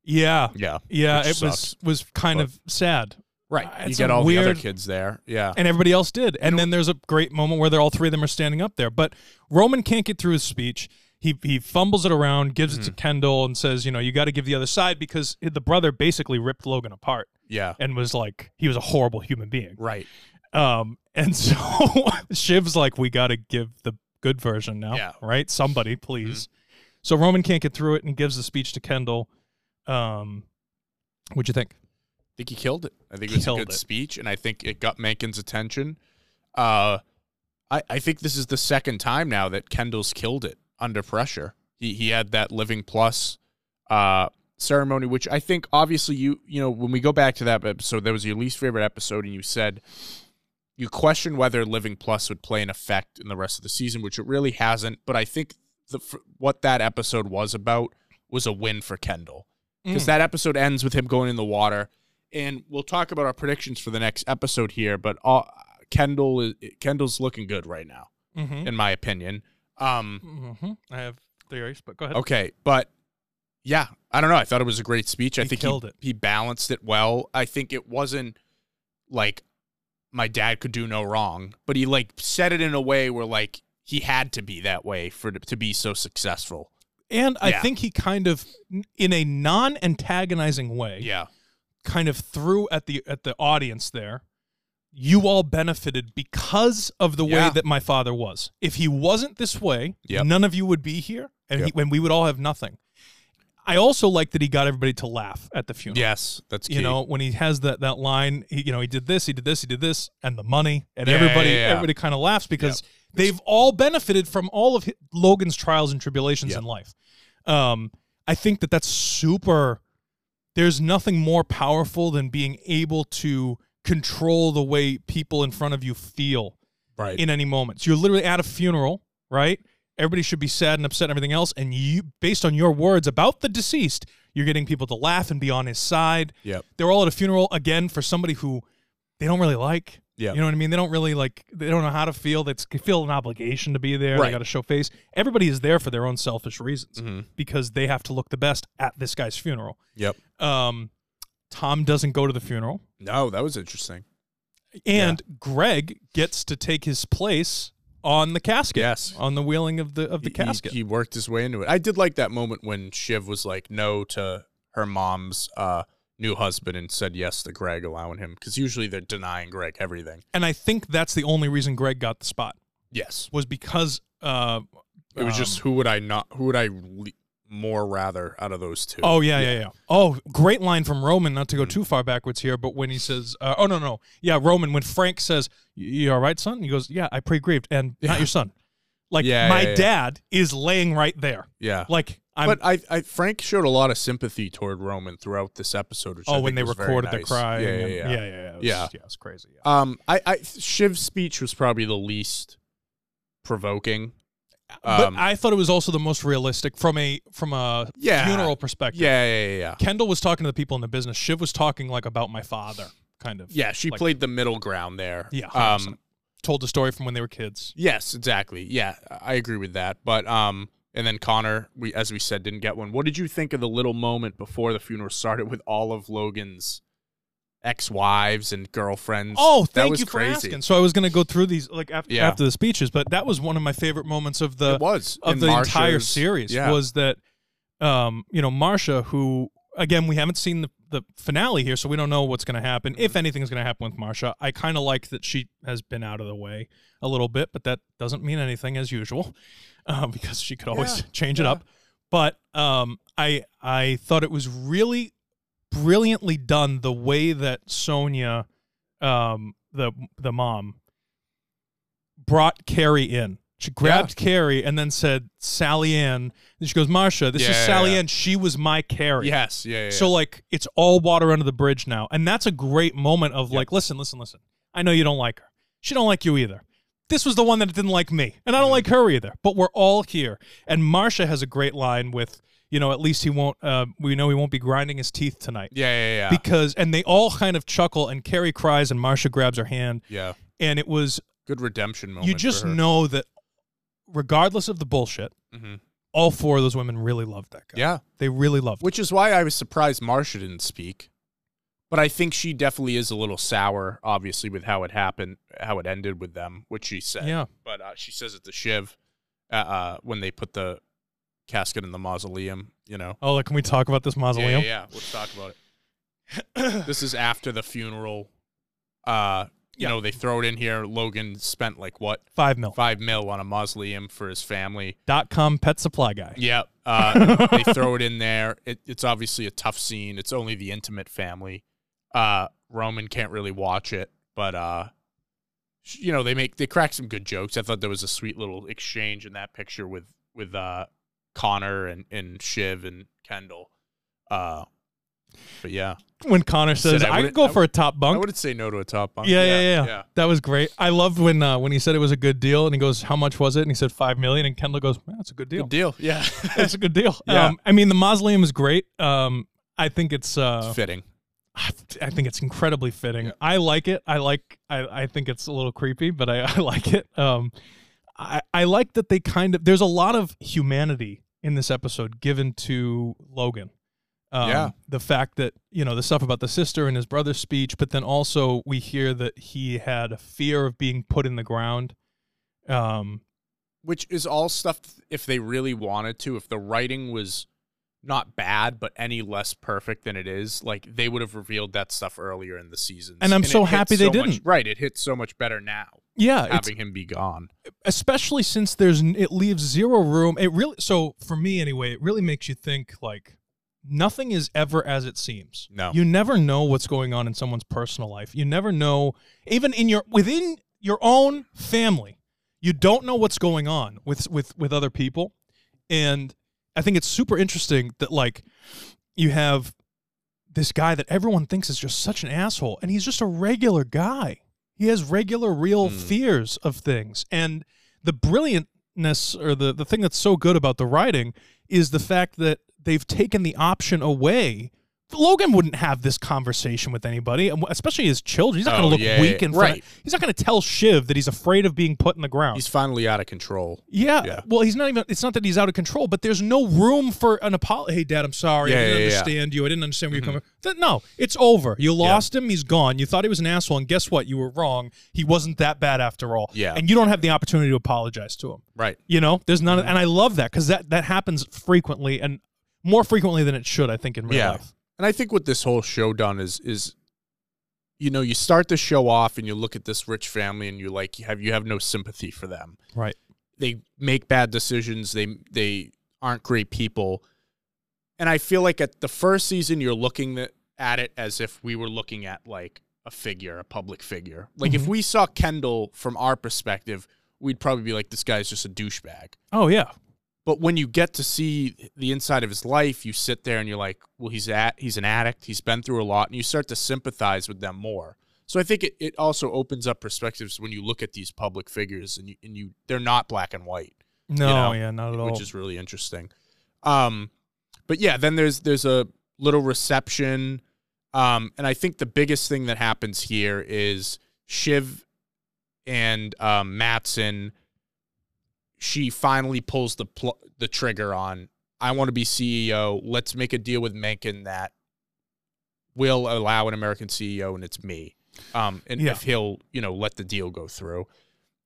Speaker 3: Yeah.
Speaker 1: Yeah.
Speaker 3: Yeah,
Speaker 1: Which
Speaker 3: it
Speaker 1: sucks,
Speaker 3: was was kind
Speaker 1: but-
Speaker 3: of sad.
Speaker 1: Right.
Speaker 3: Uh,
Speaker 1: you
Speaker 3: it's
Speaker 1: get
Speaker 3: a
Speaker 1: all the
Speaker 3: weird-
Speaker 1: other kids there. Yeah.
Speaker 3: And everybody else did. And then there's a great moment where they're all three of them are standing up there. But Roman can't get through his speech. He he fumbles it around, gives it to Kendall and says, you know, you got to give the other side because the brother basically ripped Logan apart
Speaker 1: Yeah.
Speaker 3: and was like he was a horrible human being.
Speaker 1: Right.
Speaker 3: Um and so Shiv's like we got to give the good version now,
Speaker 1: Yeah.
Speaker 3: right? Somebody please. So Roman can't get through it and gives the speech to Kendall. Um what'd you think?
Speaker 1: I think he killed it. I think it was
Speaker 3: Killed
Speaker 1: a good
Speaker 3: it.
Speaker 1: speech, and I think it got Mankin's attention. Uh, I, I think this is the second time now that Kendall's killed it under pressure. He he had that Living Plus uh, ceremony, which I think obviously you you know when we go back to that episode, that was your least favorite episode, and you said you questioned whether Living Plus would play an effect in the rest of the season, which it really hasn't. But I think the f- what that episode was about was a win for Kendall
Speaker 3: Mm.
Speaker 1: because that episode ends with him going in the water. And we'll talk about our predictions for the next episode here, but uh, Kendall is Kendall's looking good right now,
Speaker 3: Mm-hmm.
Speaker 1: in my opinion. Um,
Speaker 3: Mm-hmm. I have theories, but go ahead.
Speaker 1: okay, but yeah, I don't know. I thought it was a great speech. I
Speaker 3: He
Speaker 1: think
Speaker 3: killed
Speaker 1: he,
Speaker 3: it.
Speaker 1: he balanced it well. I think it wasn't like my dad could do no wrong, but he like said it in a way where like he had to be that way for to be so successful.
Speaker 3: And I
Speaker 1: Yeah.
Speaker 3: think he kind of, in a non-antagonizing way,
Speaker 1: Yeah,
Speaker 3: kind of threw at the at the audience there. You all benefited because of the way
Speaker 1: Yeah.
Speaker 3: that my father was. If he wasn't this way,
Speaker 1: Yep.
Speaker 3: none of you would be here, and
Speaker 1: Yep.
Speaker 3: he, and we would all have nothing. I also like that he got everybody to laugh at the funeral.
Speaker 1: yes, that's key.
Speaker 3: You know, when he has that that line, he, you know, he did this, he did this, he did this, and the money, and
Speaker 1: Yeah,
Speaker 3: everybody
Speaker 1: yeah, yeah.
Speaker 3: everybody kind of laughs because they've all benefited from all of hi- Logan's trials and tribulations
Speaker 1: Yeah.
Speaker 3: in life. Um, I think that that's super. There's nothing more powerful than being able to control the way people in front of you feel
Speaker 1: right?
Speaker 3: in any moment. So you're literally at a funeral, right? Everybody should be sad and upset and everything else. And you, based on your words about the deceased, you're getting people to laugh and be on his side.
Speaker 1: Yep.
Speaker 3: They're all at a funeral again for somebody who they don't really like.
Speaker 1: Yep.
Speaker 3: You know what I mean? They don't really like, they don't know how to feel. They feel an obligation to be there. They
Speaker 1: Right.
Speaker 3: got to show face. Everybody is there for their own selfish reasons
Speaker 1: Mhm.
Speaker 3: because they have to look the best at this guy's funeral.
Speaker 1: Yep.
Speaker 3: Um, Tom doesn't go to the funeral.
Speaker 1: No, that was interesting.
Speaker 3: And Greg gets to take his place on the casket.
Speaker 1: Yes.
Speaker 3: On the wheeling of the of the
Speaker 1: He- he-
Speaker 3: casket.
Speaker 1: He, worked his way into it. I did like that moment when Shiv was like no to her mom's uh, new husband and said yes to Greg, allowing him because usually they're denying Greg everything.
Speaker 3: and I think that's the only reason Greg got the spot
Speaker 1: Yes,
Speaker 3: was because uh
Speaker 1: it was just who would I not? Who would I le- more rather out of those two?
Speaker 3: Oh yeah, yeah, yeah. Oh, great line from Roman. Not to go too far backwards here, but when he says, uh, "Oh no, no, yeah," Roman. When Frank says, "Y- "You all right, son?" He goes, "Yeah, I pre-grieved, and not
Speaker 1: Yeah.
Speaker 3: your son." Like
Speaker 1: Yeah,
Speaker 3: my
Speaker 1: yeah, yeah.
Speaker 3: dad is laying right there.
Speaker 1: yeah.
Speaker 3: Like I'm.
Speaker 1: but I, I, Frank showed a lot of sympathy toward Roman throughout this episode. Which I
Speaker 3: oh, when
Speaker 1: think
Speaker 3: they
Speaker 1: was very
Speaker 3: recorded the
Speaker 1: nice.
Speaker 3: cry.
Speaker 1: yeah,
Speaker 3: and-
Speaker 1: yeah, yeah.
Speaker 3: yeah, yeah. It was-
Speaker 1: Yeah.
Speaker 3: yeah, it's crazy. Yeah.
Speaker 1: Um, I, I Shiv's speech was probably the least provoking.
Speaker 3: but
Speaker 1: Um,
Speaker 3: I thought it was also the most realistic from a from a
Speaker 1: Yeah.
Speaker 3: funeral perspective.
Speaker 1: yeah, yeah, yeah, yeah.
Speaker 3: Kendall was talking to the people in the business. Shiv was talking like about my father, kind of.
Speaker 1: Yeah, she
Speaker 3: Like-
Speaker 1: played the middle ground there.
Speaker 3: Yeah,
Speaker 1: Um,
Speaker 3: 100%. Told the story from when they were kids.
Speaker 1: Yes, exactly. Yeah, I agree with that. But um, and then Connor, we as we said, didn't get one. What did you think of the little moment before the funeral started with all of Logan's ex-wives and girlfriends?
Speaker 3: Oh,
Speaker 1: That
Speaker 3: thank
Speaker 1: was
Speaker 3: you for
Speaker 1: crazy.
Speaker 3: asking. So I was going to go through these like after,
Speaker 1: Yeah.
Speaker 3: after the speeches, but that was one of my favorite moments of the
Speaker 1: it was
Speaker 3: of
Speaker 1: And
Speaker 3: the entire
Speaker 1: Marsha's-
Speaker 3: series
Speaker 1: Yeah,
Speaker 3: was that um, you know Marsha, who again we haven't seen the, the finale here, so we don't know what's going to happen
Speaker 1: Mm-hmm.
Speaker 3: if anything's going to happen with Marsha. I kind of like that she has been out of the way a little bit, but that doesn't mean anything as usual um, because she could always
Speaker 1: Yeah,
Speaker 3: change it
Speaker 1: yeah.
Speaker 3: up. But um, I I thought it was really brilliantly done the way that Sonia, um, the the mom, brought Carrie in. She grabbed Carrie and then said Sally Ann. And she goes, Marsha, this
Speaker 1: Yeah,
Speaker 3: is
Speaker 1: yeah,
Speaker 3: Sally
Speaker 1: yeah.
Speaker 3: Ann. She was my Carrie.
Speaker 1: yes, yeah, yeah, yeah.
Speaker 3: So like it's all water under the bridge now. And that's a great moment of
Speaker 1: Yeah.
Speaker 3: like, listen, listen, listen. I know you don't like her. She don't like you either. This was the one that didn't like me. And I
Speaker 1: Mm-hmm.
Speaker 3: don't like her either. But we're all here. And Marsha has a great line with, you know, at least he won't uh, we know he won't be grinding his teeth tonight.
Speaker 1: yeah, yeah, yeah,
Speaker 3: Because and they all kind of chuckle and Carrie cries and Marsha grabs her hand.
Speaker 1: yeah.
Speaker 3: And it was
Speaker 1: Good redemption moment.
Speaker 3: you
Speaker 1: for
Speaker 3: just
Speaker 1: her.
Speaker 3: know that regardless of the bullshit,
Speaker 1: Mhm.
Speaker 3: all four of those women really loved that guy.
Speaker 1: Yeah,
Speaker 3: They really loved him.
Speaker 1: which is why I was surprised Marsha didn't speak. But I think she definitely is a little sour, obviously, with how it happened, how it ended with them, which she said.
Speaker 3: Yeah.
Speaker 1: but uh, she says it to Shiv uh, uh, when they put the casket in the mausoleum. You know,
Speaker 3: Oh, like, can we talk about this
Speaker 1: yeah,
Speaker 3: mausoleum?
Speaker 1: yeah, yeah. Let's talk about it. this is after the funeral. Uh, you
Speaker 3: Yeah.
Speaker 1: know, they throw it in here. Logan spent like what
Speaker 3: Five mil.
Speaker 1: five mil on a mausoleum for his family.
Speaker 3: Dot com pet supply guy.
Speaker 1: Yep. Uh, they throw it in there. It, it's obviously a tough scene. It's only the intimate family. Uh, Roman can't really watch it, but uh, sh- you know they make they crack some good jokes. I thought there was a sweet little exchange in that picture with with uh, Connor and and Shiv and Kendall. Uh, but yeah,
Speaker 3: When Connor says,
Speaker 1: Said I
Speaker 3: I, could
Speaker 1: wouldn't-
Speaker 3: go
Speaker 1: I
Speaker 3: for a top
Speaker 1: I
Speaker 3: bunk.
Speaker 1: wouldn't say no to a top bunk.
Speaker 3: Yeah, yeah, yeah, That was great. I loved when uh, when he said it was a good deal and he goes, How much was it? And he said five million and Kendall goes, "Man, That's a good
Speaker 1: Good
Speaker 3: deal.
Speaker 1: deal. Yeah,
Speaker 3: That's a good deal.
Speaker 1: Yeah.
Speaker 3: Um, I mean the mausoleum is great. Um, I think it's uh,
Speaker 1: it's fitting.
Speaker 3: I th- I think it's incredibly fitting. I like it. I like. I, I think it's a little creepy, but I, I like it. Um, I I like that they kind of. There's a lot of humanity in this episode given to Logan. Um,
Speaker 1: Yeah.
Speaker 3: The fact that you know the stuff about the sister and his brother's speech, but then also we hear that he had a fear of being put in the ground. Um.
Speaker 1: which is all stuff th- if they really wanted to if the writing was not bad but any less perfect than it is like they would have revealed that stuff earlier in the season
Speaker 3: And I'm so happy they didn't.
Speaker 1: right it hits so much better now
Speaker 3: Yeah. it's-
Speaker 1: having him be gone
Speaker 3: especially since there's n- it leaves zero room it really so for me anyway it really makes you think like nothing is ever as it seems
Speaker 1: No.
Speaker 3: you never know what's going on in someone's personal life you never know even in your within your own family you don't know what's going on with with with other people and i think it's super interesting that like you have this guy that everyone thinks is just such an asshole and he's just a regular guy he has regular real
Speaker 1: Mm.
Speaker 3: fears of things and the brilliantness or the, the thing that's so good about the writing is the fact that they've taken the option away logan wouldn't have this conversation with anybody and especially his children he's not
Speaker 1: Oh,
Speaker 3: going to look
Speaker 1: yeah,
Speaker 3: weak
Speaker 1: yeah.
Speaker 3: in front of-
Speaker 1: Right.
Speaker 3: he's not going to tell shiv that he's afraid of being put in the ground
Speaker 1: he's finally out of control
Speaker 3: yeah,
Speaker 1: Yeah.
Speaker 3: Well, he's not even. It's not that he's out of control, but there's no room for an apology. Hey, Dad, I'm sorry.
Speaker 1: Yeah, Mm-hmm.
Speaker 3: I didn't
Speaker 1: yeah, yeah.
Speaker 3: understand you. I didn't understand where you're coming. Th- No, it's over. You lost him. He's gone. You thought he was an asshole, and guess what? You were wrong. He wasn't that bad after all.
Speaker 1: Yeah.
Speaker 3: And you don't have the opportunity to apologize to him.
Speaker 1: right
Speaker 3: You know, there's none.
Speaker 1: Mm-hmm.
Speaker 3: And I love that because that that happens frequently and more frequently than it should. I think in real
Speaker 1: Yeah.
Speaker 3: life.
Speaker 1: and i think what this whole show done is is you know you start the show off and you look at this rich family and you like you have you have no sympathy for them
Speaker 3: Right.
Speaker 1: they make bad decisions. They they aren't great people. And I feel like at the first season, you're looking th- at it as if we were looking at like a figure, a public figure. Like if we saw Kendall from our perspective, we'd probably be like, this guy's just a douchebag.
Speaker 3: Oh yeah.
Speaker 1: But when you get to see the inside of his life, you sit there and you're like, well, he's at he's an addict. He's been through a lot, and you start to sympathize with them more. So I think it, it also opens up perspectives when you look at these public figures and you and you they're not black and white.
Speaker 3: No,
Speaker 1: know,
Speaker 3: yeah, not at all.
Speaker 1: which is really interesting. Um, but yeah, then there's there's a little reception, um, and I think the biggest thing that happens here is Shiv and um, Matson. She finally pulls the pl- the trigger on. I want to be CEO. Let's make a deal with Mencken that will allow an American CEO, and it's me. Um, and
Speaker 3: Yeah.
Speaker 1: if he'll, you know, let the deal go through.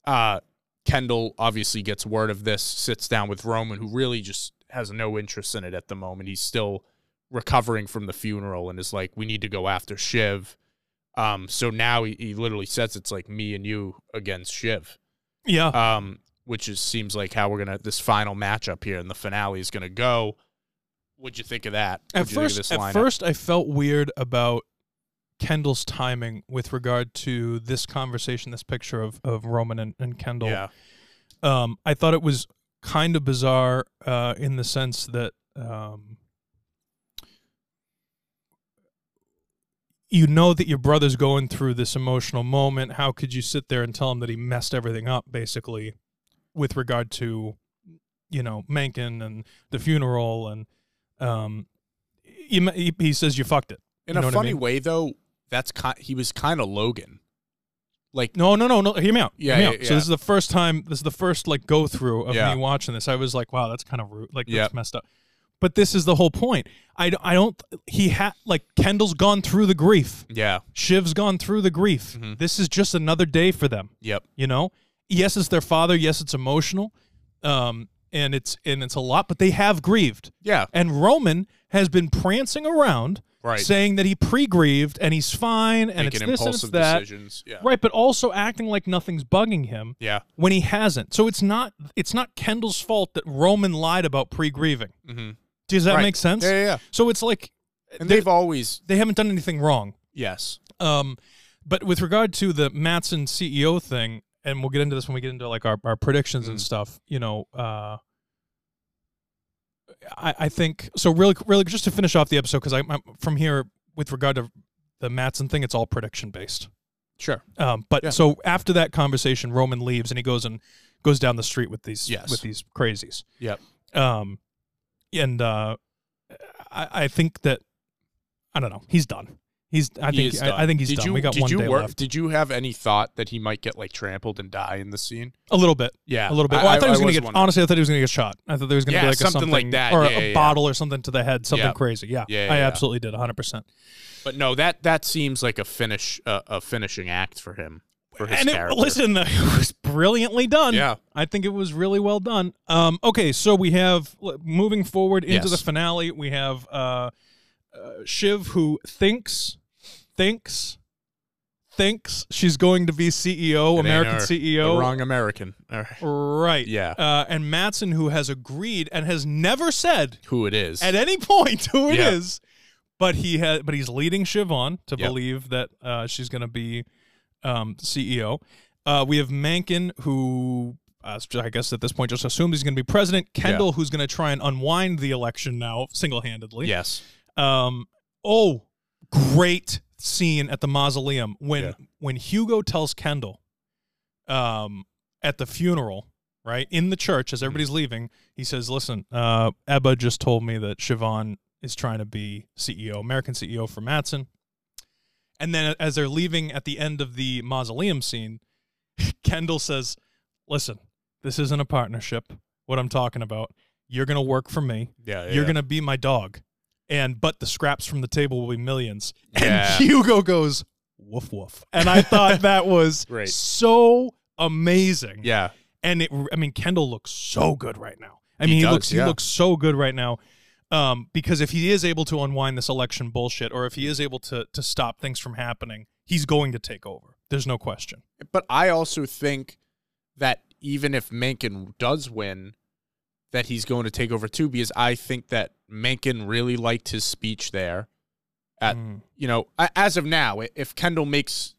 Speaker 1: Uh, Kendall obviously gets word of this, sits down with Roman, who really just has no interest in it at the moment. He's still recovering from the funeral and is like, we need to go after Shiv. Um, so now he, he literally says it's like me and you against Shiv,
Speaker 3: yeah,
Speaker 1: um, which is seems like how we're gonna this final matchup here in the finale is gonna go. What'd you think of that?
Speaker 3: At
Speaker 1: What'd you
Speaker 3: first,
Speaker 1: think
Speaker 3: at
Speaker 1: of this lineup?
Speaker 3: first, I felt weird about Kendall's timing with regard to this conversation, this picture of, of Roman and, and Kendall.
Speaker 1: yeah,
Speaker 3: Um, I thought it was kind of bizarre uh, in the sense that um, you know that your brother's going through this emotional moment. How could you sit there and tell him that he messed everything up, basically, with regard to you know Mencken and the funeral and um, he, he- he says you fucked it.
Speaker 1: in
Speaker 3: you know
Speaker 1: a
Speaker 3: what I
Speaker 1: funny
Speaker 3: mean?
Speaker 1: way though, that's ki- he was kind of Logan, like
Speaker 3: No, no, no, no. Hear me out.
Speaker 1: Yeah,
Speaker 3: hear me
Speaker 1: yeah,
Speaker 3: out.
Speaker 1: yeah.
Speaker 3: So this is the first time. This is the first like go through of
Speaker 1: Yeah.
Speaker 3: me watching this. I was like, wow, that's kind of rude. Like
Speaker 1: Yep.
Speaker 3: that's messed up. But this is the whole point. I, d- I don't. He had like Kendall's gone through the grief.
Speaker 1: yeah,
Speaker 3: Shiv's gone through the grief.
Speaker 1: Mhm.
Speaker 3: This is just another day for them.
Speaker 1: yep,
Speaker 3: You know. Yes, it's their father. Yes, it's emotional. Um, and it's and it's a lot. But they have grieved.
Speaker 1: yeah,
Speaker 3: And Roman has been prancing around
Speaker 1: right.
Speaker 3: saying that he pre-grieved and he's fine
Speaker 1: Making
Speaker 3: and it's this and it's
Speaker 1: impulsive
Speaker 3: that.
Speaker 1: decisions. Yeah,
Speaker 3: Right, but also acting like nothing's bugging him
Speaker 1: yeah.
Speaker 3: when he hasn't. So it's not it's not Kendall's fault that Roman lied about pre-grieving.
Speaker 1: Mm-hmm.
Speaker 3: Does that
Speaker 1: Right.
Speaker 3: make sense?
Speaker 1: Yeah, yeah, yeah.
Speaker 3: So it's like
Speaker 1: And
Speaker 3: They-
Speaker 1: they've always
Speaker 3: they haven't done anything wrong.
Speaker 1: yes,
Speaker 3: Um, but with regard to the Matson CEO thing, and we'll get into this when we get into like our, our predictions and
Speaker 1: Mm.
Speaker 3: stuff. You know, uh, I I think so. Really, really, just to finish off the episode because I'm from here with regard to the Matson thing, it's all prediction based.
Speaker 1: sure,
Speaker 3: Um, but
Speaker 1: Yeah.
Speaker 3: so after that conversation, Roman leaves and he goes and goes down the street with these
Speaker 1: Yes.
Speaker 3: with these crazies.
Speaker 1: Yep.
Speaker 3: Um, and uh, I, I think that I don't know. He's done. He's I think I, I think he's
Speaker 1: did
Speaker 3: done.
Speaker 1: You,
Speaker 3: we got
Speaker 1: did
Speaker 3: one
Speaker 1: you
Speaker 3: day
Speaker 1: wor-
Speaker 3: left.
Speaker 1: Did you have any thought that he might get like trampled and die in the scene?
Speaker 3: A little bit.
Speaker 1: Yeah,
Speaker 3: A little bit. Well, I, thought he was gonna get.
Speaker 1: wondering.
Speaker 3: Honestly, I thought he was gonna get shot. I thought there was gonna be
Speaker 1: Yeah,
Speaker 3: like a
Speaker 1: something like that.
Speaker 3: or
Speaker 1: Yeah,
Speaker 3: a
Speaker 1: yeah, yeah.
Speaker 3: bottle or something to the head, something
Speaker 1: Yeah.
Speaker 3: crazy. Yeah,
Speaker 1: Yeah, yeah,
Speaker 3: I
Speaker 1: yeah.
Speaker 3: absolutely did 100. percent
Speaker 1: But no, that that seems like a finish, uh, a finishing act for him. For his
Speaker 3: And it,
Speaker 1: character.
Speaker 3: listen, it was brilliantly done.
Speaker 1: yeah,
Speaker 3: I think it was really well done. Um, okay, so we have l- moving forward into
Speaker 1: Yes.
Speaker 3: the finale. We have uh, uh, Shiv who thinks, thinks, thinks she's going to be CEO,
Speaker 1: It ain't
Speaker 3: American
Speaker 1: her.
Speaker 3: CEO,
Speaker 1: the wrong American. All right.
Speaker 3: right?
Speaker 1: Yeah.
Speaker 3: Uh, and Matson who has agreed and has never said
Speaker 1: Who it is?
Speaker 3: at any point who it is,
Speaker 1: Yeah.
Speaker 3: but he had, but he's leading Shiv on to
Speaker 1: Yep.
Speaker 3: believe that uh, she's going to be um, CEO. Uh, we have Mankin, who uh, I guess at this point just assumes he's going to be president. Kendall, who's going to try and unwind the election now single handedly.
Speaker 1: yes.
Speaker 3: Um, oh, great scene at the mausoleum when
Speaker 1: Yeah.
Speaker 3: when Hugo tells Kendall, um, at the funeral, right in the church as everybody's leaving, he says, "Listen, uh, Ebba just told me that Siobhan is trying to be CEO, American CEO for Matson." And then as they're leaving at the end of the mausoleum scene, Kendall says, "Listen, this isn't a partnership. What I'm talking about, you're gonna work for me."
Speaker 1: Yeah.
Speaker 3: you're
Speaker 1: yeah.
Speaker 3: gonna be my dog and but the scraps from the table will be millions
Speaker 1: Yeah.
Speaker 3: and hugo goes woof woof and i thought that was
Speaker 1: Great.
Speaker 3: so amazing
Speaker 1: Yeah.
Speaker 3: and it i mean kendall looks so good right now i
Speaker 1: He
Speaker 3: mean he,
Speaker 1: does,
Speaker 3: looks
Speaker 1: yeah.
Speaker 3: he looks so good right now um, because if he is able to unwind this election bullshit or if he is able to to stop things from happening he's going to take over there's no question
Speaker 1: But I also think that even if Mencken does win, that he's going to take over too, because I think that Mencken really liked his speech there. At-
Speaker 3: Mm.
Speaker 1: You know, a- as of now, i- if Kendall makes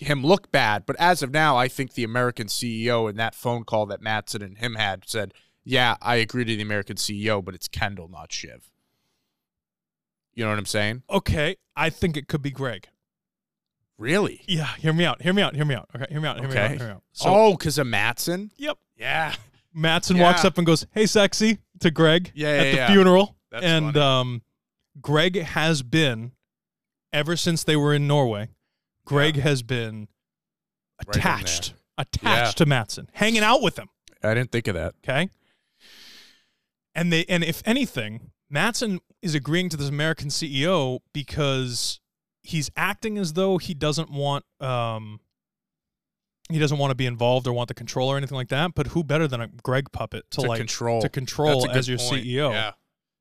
Speaker 1: him look bad, but as of now, I think the American CEO in that phone call that Matson and him had said, "Yeah, I agree to the American CEO, but it's Kendall, not Shiv." You know what I'm saying?
Speaker 3: okay i think it could be greg
Speaker 1: Really?
Speaker 3: yeah hear me out hear me out hear me out okay hear me out hear me out,
Speaker 1: Okay.
Speaker 3: hear me out. so
Speaker 1: oh, because of Matson?
Speaker 3: yep
Speaker 1: Yeah.
Speaker 3: Matson walks
Speaker 1: Yeah.
Speaker 3: up and goes, "Hey, sexy," to Greg
Speaker 1: Yeah,
Speaker 3: at
Speaker 1: yeah,
Speaker 3: the
Speaker 1: yeah.
Speaker 3: funeral,
Speaker 1: That's
Speaker 3: and
Speaker 1: funny.
Speaker 3: um, Greg has been ever since they were in Norway. Greg has been
Speaker 1: in there.
Speaker 3: attached, attached to Matson, hanging out with him.
Speaker 1: I didn't think of that.
Speaker 3: Okay. And they and if anything, Matson is agreeing to this American CEO because he's acting as though he doesn't want um he doesn't want to be involved or want the control or anything like that. But who better than a Greg puppet to,
Speaker 1: To
Speaker 3: like
Speaker 1: control.
Speaker 3: to control
Speaker 1: That's a good
Speaker 3: as your E
Speaker 1: point.
Speaker 3: CEO?
Speaker 1: Yeah.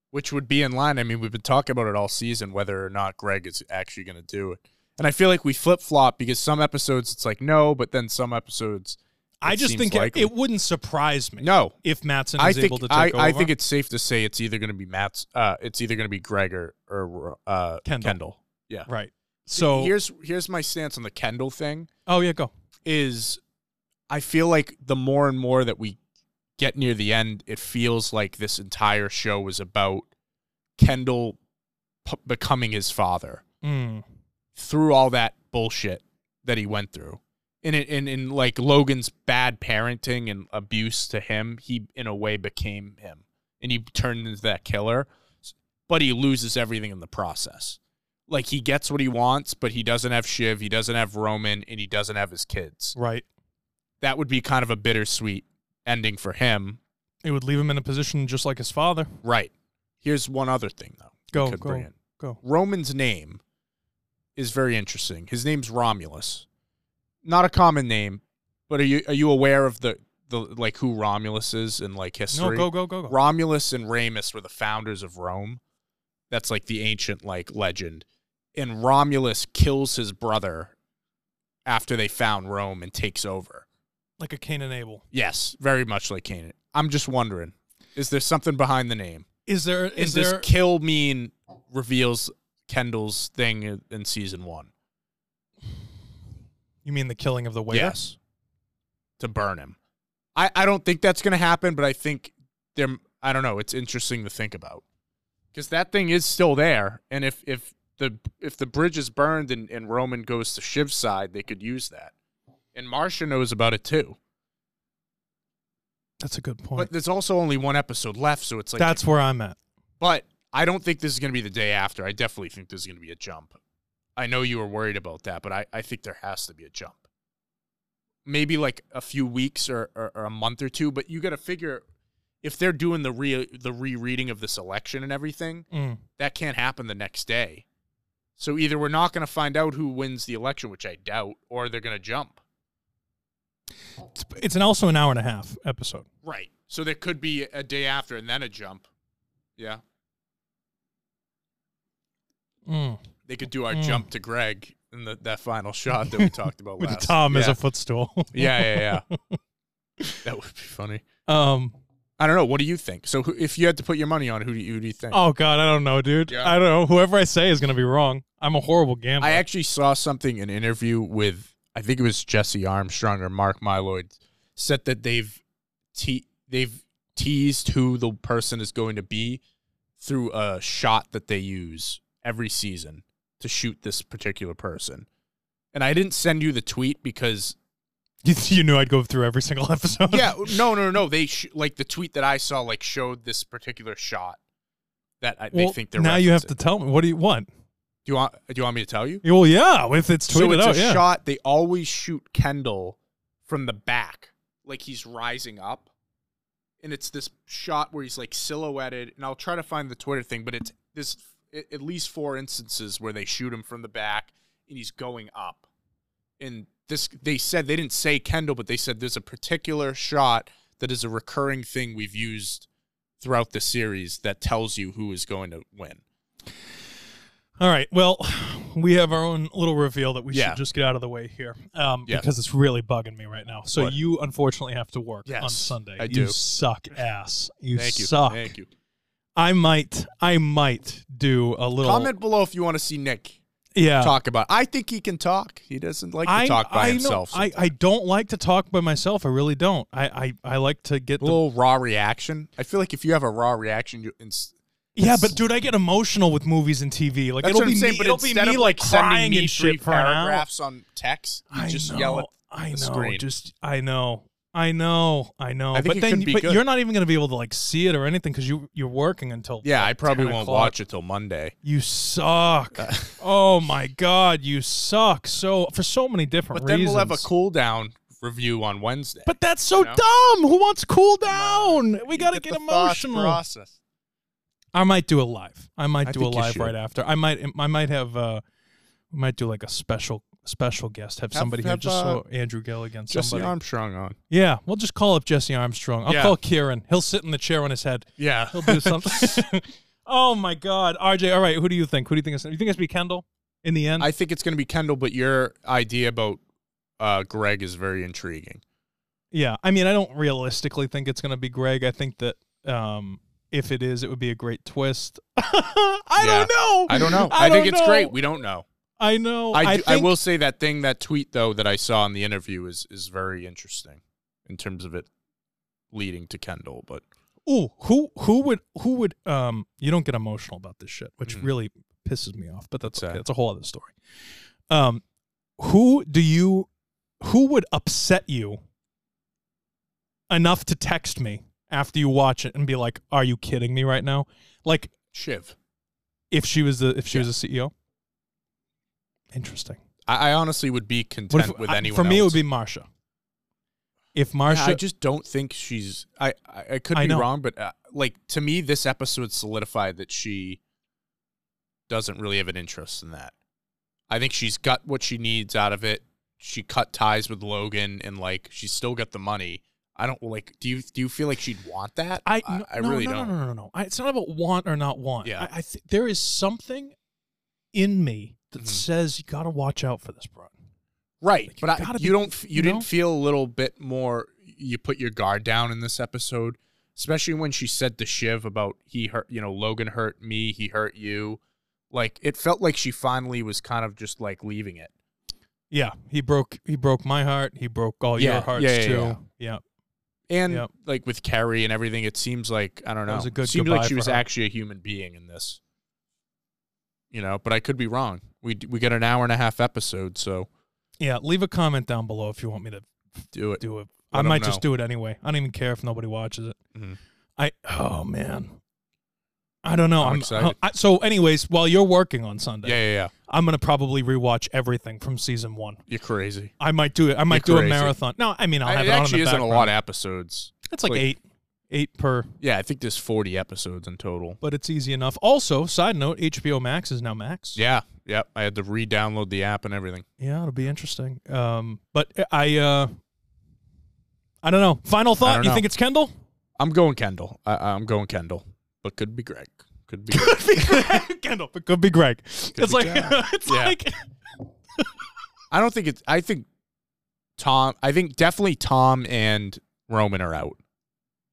Speaker 1: Which would be in line. I mean, we've been talking about it all season, whether or not Greg is actually going to do it. And I feel like we flip flop because some episodes it's like no, but then some episodes.
Speaker 3: I
Speaker 1: It
Speaker 3: just
Speaker 1: seems
Speaker 3: think it,
Speaker 1: likely.
Speaker 3: it wouldn't surprise me
Speaker 1: No,
Speaker 3: if Matson
Speaker 1: I
Speaker 3: is
Speaker 1: think
Speaker 3: able to take
Speaker 1: I,
Speaker 3: over.
Speaker 1: I think it's safe to say it's either going to be Matt's. Uh, it's either going to be Greg or, or uh,
Speaker 3: Kendall.
Speaker 1: Yeah.
Speaker 3: right. So
Speaker 1: here's here's my stance on the Kendall thing.
Speaker 3: oh yeah, go.
Speaker 1: is I feel like the more and more that we get near the end, it feels like this entire show was about Kendall p- becoming his father
Speaker 3: Mm.
Speaker 1: through all that bullshit that he went through. And in, in, in like Logan's bad parenting and abuse to him, he in a way became him and he turned into that killer. But he loses everything in the process. Like he gets what he wants, but he doesn't have Shiv, he doesn't have Roman, and he doesn't have his kids
Speaker 3: Right.
Speaker 1: that would be kind of a bittersweet ending for him.
Speaker 3: It would leave him in a position just like his father.
Speaker 1: Right. Here's one other thing though. we
Speaker 3: Go,
Speaker 1: could
Speaker 3: go,
Speaker 1: bring in.
Speaker 3: go.
Speaker 1: Roman's name is very interesting. His name's Romulus. Not a common name, but are you are you aware of the the like who Romulus is in like history?
Speaker 3: No, go, go, go, go.
Speaker 1: Romulus and Remus were the founders of Rome. That's like the ancient like legend. And Romulus kills his brother after they found Rome and takes over.
Speaker 3: Like a Cain and Abel.
Speaker 1: Yes, very much like Canaan. I'm just wondering, is there something behind the name?
Speaker 3: Is there
Speaker 1: Is,
Speaker 3: is,
Speaker 1: this
Speaker 3: there
Speaker 1: kill mean reveals Kendall's thing in- in season one?
Speaker 3: you mean the killing of the waiter?
Speaker 1: Yes. To burn him. I, I don't think that's going to happen, but I think there, I don't know. It's interesting to think about because that thing is still there. And if, if the, if the bridge is burned and, and Roman goes to Shiv's side, they could use that. And Marcia knows about it too.
Speaker 3: That's a good point.
Speaker 1: But there's also only one episode left. So it's like,
Speaker 3: That's where I'm at.
Speaker 1: But I don't think this is going to be the day after. I definitely think there's going to be a jump. I know you were worried about that, but I, I think there has to be a jump. Maybe like a few weeks or, or, or a month or two, but you got to figure if they're doing the re the rereading of this election and everything,
Speaker 3: Mm.
Speaker 1: that can't happen the next day. So either we're not going to find out who wins the election, which I doubt, or they're going to jump.
Speaker 3: It's, it's an also an hour and a half episode.
Speaker 1: Right. So there could be a day after and then a jump. Yeah.
Speaker 3: Mm.
Speaker 1: they could do our
Speaker 3: Mm.
Speaker 1: jump to Greg in the, that final shot that we talked about
Speaker 3: With
Speaker 1: last.
Speaker 3: Tom
Speaker 1: yeah.
Speaker 3: as a footstool.
Speaker 1: yeah, yeah, yeah. that would be funny.
Speaker 3: um.
Speaker 1: I don't know. What do you think? So, who, if you had to put your money on, who do you, who do you think?
Speaker 3: Oh God, I don't know, dude.
Speaker 1: Yeah.
Speaker 3: I don't know. Whoever I say is gonna be wrong. I'm a horrible gambler.
Speaker 1: I actually saw something an interview with I think it was Jesse Armstrong or Mark Myloyd said that they've te- they've teased who the person is going to be through a shot that they use every season to shoot this particular person. And I didn't send you the tweet because
Speaker 3: you, you knew I'd go through every single episode.
Speaker 1: yeah, no, no, no. They sh- like the tweet that I saw like showed this particular shot that I,
Speaker 3: Well,
Speaker 1: they think they're.
Speaker 3: now you have
Speaker 1: referencing.
Speaker 3: to tell me. What do you want?
Speaker 1: Do you want? Do you want me to tell you?
Speaker 3: Well, yeah. If it's tweeted
Speaker 1: so it's
Speaker 3: out,
Speaker 1: a
Speaker 3: yeah.
Speaker 1: shot. They always shoot Kendall from the back, like he's rising up, and it's this shot where he's like silhouetted. And I'll try to find the Twitter thing, but it's this at least four instances where they shoot him from the back and he's going up. And this, they said they didn't say Kendall, but they said there's a particular shot that is a recurring thing we've used throughout the series that tells you who is going to win.
Speaker 3: All right. Well, we have our own little reveal that we
Speaker 1: Yeah.
Speaker 3: should just get out of the way here um,
Speaker 1: Yeah.
Speaker 3: because it's really bugging me right now. So
Speaker 1: What?
Speaker 3: you unfortunately have to work on
Speaker 1: Yes,
Speaker 3: Sunday.
Speaker 1: I
Speaker 3: You
Speaker 1: do.
Speaker 3: suck ass. You
Speaker 1: Thank you.
Speaker 3: suck.
Speaker 1: Thank you.
Speaker 3: I might. I might do a little.
Speaker 1: Comment below if you want to see Nick
Speaker 3: yeah.
Speaker 1: talk about. I think he can talk. He doesn't like to
Speaker 3: I
Speaker 1: talk by
Speaker 3: I know-
Speaker 1: himself.
Speaker 3: I, I don't like to talk by myself. I really don't. I I, I like to get
Speaker 1: a
Speaker 3: the.
Speaker 1: little raw reaction. I feel like if you have a raw reaction, you ins-
Speaker 3: Yeah, but dude, I get emotional with movies and TV. Like
Speaker 1: that's
Speaker 3: it'll
Speaker 1: what I'm
Speaker 3: be
Speaker 1: saying.
Speaker 3: me,
Speaker 1: but
Speaker 3: it'll be
Speaker 1: instead
Speaker 3: me
Speaker 1: of
Speaker 3: like
Speaker 1: sending
Speaker 3: crying
Speaker 1: me
Speaker 3: and
Speaker 1: three
Speaker 3: shit for an hour.
Speaker 1: paragraphs on text, you
Speaker 3: I
Speaker 1: just
Speaker 3: know,
Speaker 1: yell at
Speaker 3: I know.
Speaker 1: the screen.
Speaker 3: Just I know. I know, I know.
Speaker 1: I think
Speaker 3: but
Speaker 1: it
Speaker 3: then,
Speaker 1: could be
Speaker 3: but
Speaker 1: good.
Speaker 3: you're not even going to be able to like see it or anything because you you're working until.
Speaker 1: Yeah, I probably
Speaker 3: 10
Speaker 1: won't
Speaker 3: o'clock.
Speaker 1: watch Uh, it till Monday.
Speaker 3: You suck. oh my god, you suck. So for so many different
Speaker 1: But then
Speaker 3: reasons.
Speaker 1: we'll have a cool down review on Wednesday.
Speaker 3: but that's
Speaker 1: know?
Speaker 3: so dumb. Who wants cool down? We got to
Speaker 1: You
Speaker 3: get,
Speaker 1: the thought
Speaker 3: emotional.
Speaker 1: process.
Speaker 3: I might do a live. I might
Speaker 1: I
Speaker 3: do a
Speaker 1: think you
Speaker 3: live
Speaker 1: should.
Speaker 3: right after. I might. I might have. uh We might do like a special special guest. Have,
Speaker 1: Have-
Speaker 3: somebody here
Speaker 1: have,
Speaker 3: just
Speaker 1: uh,
Speaker 3: so Andrew Gilligan.
Speaker 1: Jesse
Speaker 3: somebody.
Speaker 1: Armstrong on.
Speaker 3: yeah, we'll just call up Jesse Armstrong. I'll
Speaker 1: Yeah.
Speaker 3: call Kieran. He'll sit in the chair on his head.
Speaker 1: Yeah.
Speaker 3: He'll do something. oh my God, RJ. All right, who do you think? Who do you think? Is, you think it's gonna be Kendall in the end?
Speaker 1: I think it's going to be Kendall, but your idea about uh, Greg is very intriguing.
Speaker 3: yeah. I mean, I don't realistically think it's gonna be Greg. I think that um, if it is, it would be a great twist. I
Speaker 1: Yeah.
Speaker 3: don't know.
Speaker 1: I don't know.
Speaker 3: I
Speaker 1: I, think
Speaker 3: don't
Speaker 1: it's
Speaker 3: know.
Speaker 1: great. We don't know.
Speaker 3: I know.
Speaker 1: I,
Speaker 3: I,
Speaker 1: do-
Speaker 3: think,
Speaker 1: I will say that thing, that tweet though that I saw in the interview is is very interesting in terms of it leading to Kendall. But
Speaker 3: Ooh, who who would who would um? You don't get emotional about this shit, which
Speaker 1: Mhm.
Speaker 3: really pisses me off. But that's
Speaker 1: What's
Speaker 3: okay.
Speaker 1: that?
Speaker 3: That's a whole other story. Um, who do you? Who would upset you enough to text me after you watch it and be like, "Are you kidding me right now?" Like
Speaker 1: Shiv,
Speaker 3: if she was the if she was a CEO. Interesting.
Speaker 1: I, I honestly would be
Speaker 3: What
Speaker 1: content
Speaker 3: if,
Speaker 1: with
Speaker 3: I-
Speaker 1: anyone.
Speaker 3: for me, it
Speaker 1: else.
Speaker 3: would be Marsha. If
Speaker 1: Yeah,
Speaker 3: Marsha,
Speaker 1: I just don't think she's. I I, I could
Speaker 3: I
Speaker 1: be
Speaker 3: know.
Speaker 1: wrong, but uh, like to me, this episode solidified that she doesn't really have an interest in that. I think she's got what she needs out of it. She cut ties with Logan, and like she's still got the money. I don't like. Do you do you feel like she'd want that?
Speaker 3: I,
Speaker 1: I,
Speaker 3: no,
Speaker 1: I
Speaker 3: no,
Speaker 1: really
Speaker 3: no,
Speaker 1: don't.
Speaker 3: No, no, no, no. I, it's not about want or not want.
Speaker 1: Yeah.
Speaker 3: I, I th- there is something in me that
Speaker 1: Mhm.
Speaker 3: says you got to watch out for this, bro.
Speaker 1: Right,
Speaker 3: Like,
Speaker 1: but
Speaker 3: you
Speaker 1: I,
Speaker 3: gotta
Speaker 1: you
Speaker 3: be-
Speaker 1: don't. f- You
Speaker 3: you know?
Speaker 1: didn't feel a little bit more. You put your guard down in this episode, especially when she said to Shiv about he hurt. You know, Logan hurt me. He hurt you. Like it felt like she finally was kind of just like leaving it.
Speaker 3: Yeah, he broke he broke my heart. He broke all your
Speaker 1: Yeah,
Speaker 3: hearts
Speaker 1: yeah, yeah,
Speaker 3: too.
Speaker 1: yeah. And
Speaker 3: Yep.
Speaker 1: like with Carrie and everything, it seems like I don't
Speaker 3: That
Speaker 1: know.
Speaker 3: was a good
Speaker 1: seemed like
Speaker 3: goodbye
Speaker 1: she
Speaker 3: for
Speaker 1: was
Speaker 3: her.
Speaker 1: actually a human being in this. You know, but I could be wrong. We d- we get an hour and a half episode, so
Speaker 3: Yeah, leave a comment down below if you want me to
Speaker 1: do it.
Speaker 3: do it.
Speaker 1: Let
Speaker 3: I
Speaker 1: 'em
Speaker 3: might just
Speaker 1: know.
Speaker 3: do it anyway. I don't even care if nobody watches it.
Speaker 1: Mhm.
Speaker 3: I oh man, I don't know.
Speaker 1: I'm
Speaker 3: I'm,
Speaker 1: excited.
Speaker 3: I- so, anyways, while you're working on Sunday,
Speaker 1: Yeah, yeah, yeah.
Speaker 3: I'm gonna probably rewatch everything from season one.
Speaker 1: You're crazy.
Speaker 3: I might do it. I might do a
Speaker 1: crazy.
Speaker 3: marathon. No, I mean I'll have
Speaker 1: it
Speaker 3: it, on in
Speaker 1: actually
Speaker 3: the
Speaker 1: isn't a
Speaker 3: background.
Speaker 1: lot of episodes.
Speaker 3: It's like,
Speaker 1: Like-
Speaker 3: eight, eight per,
Speaker 1: Yeah, I think there's 40 episodes in total.
Speaker 3: but it's easy enough. Also, side note, HBO Max is now Max.
Speaker 1: Yeah, yep. I had to re-download the app and everything.
Speaker 3: yeah, it'll be interesting. Um, but I, uh, I don't know. Final thought:
Speaker 1: don't
Speaker 3: You
Speaker 1: know.
Speaker 3: think it's Kendall?
Speaker 1: I'm going Kendall. I, I'm going Kendall, but could be Greg. Could be.
Speaker 3: Kendall, it could be Greg. it's
Speaker 1: be
Speaker 3: like,
Speaker 1: Jack.
Speaker 3: it's
Speaker 1: Yeah.
Speaker 3: like,
Speaker 1: I don't think it's. I think Tom. I think definitely Tom and Roman are out.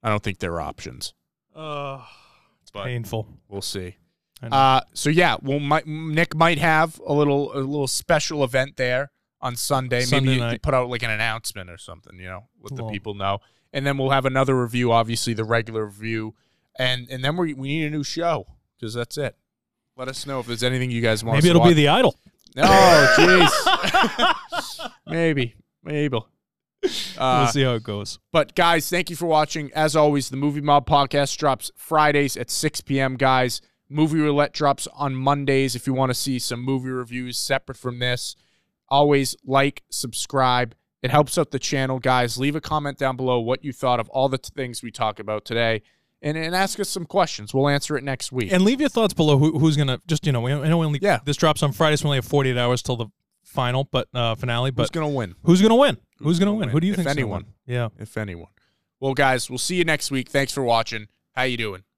Speaker 1: I don't think they're options,
Speaker 3: uh,
Speaker 1: but
Speaker 3: painful.
Speaker 1: we'll see.
Speaker 3: I know.
Speaker 1: Uh, so yeah, well, my, Nick might have a little a little special event there on Sunday.
Speaker 3: Sunday
Speaker 1: Maybe you- you
Speaker 3: night.
Speaker 1: put out like an announcement or something, you know, let the
Speaker 3: Cool.
Speaker 1: people know. And then we'll have another review, obviously the regular review, and and then we we need a new show because that's it. Let us know if there's anything you guys want.
Speaker 3: Maybe it'll be the idol.
Speaker 1: the oh jeez, maybe maybe. Uh,
Speaker 3: we'll see how it goes.
Speaker 1: but guys, thank you for watching. As always, the Movie Mob podcast drops Fridays at 6 p.m. Guys, Movie Roulette drops on Mondays. If you want to see some movie reviews separate from this, always like, subscribe. It helps out the channel, guys. Leave a comment down below what you thought of all the t- things we talk about today, and and ask us some questions. We'll answer it next week.
Speaker 3: And leave your thoughts below. Who, who's gonna just you know? We, I know we only
Speaker 1: Yeah.
Speaker 3: This drops on Friday, so we only have 48 hours till the final, but uh, finale. But
Speaker 1: Who's gonna win,
Speaker 3: Who's gonna win? Who's gonna win? Who do you
Speaker 1: If
Speaker 3: think?
Speaker 1: anyone.
Speaker 3: Yeah.
Speaker 1: if anyone? Well, guys, we'll see you next week. Thanks for watching. How you doing?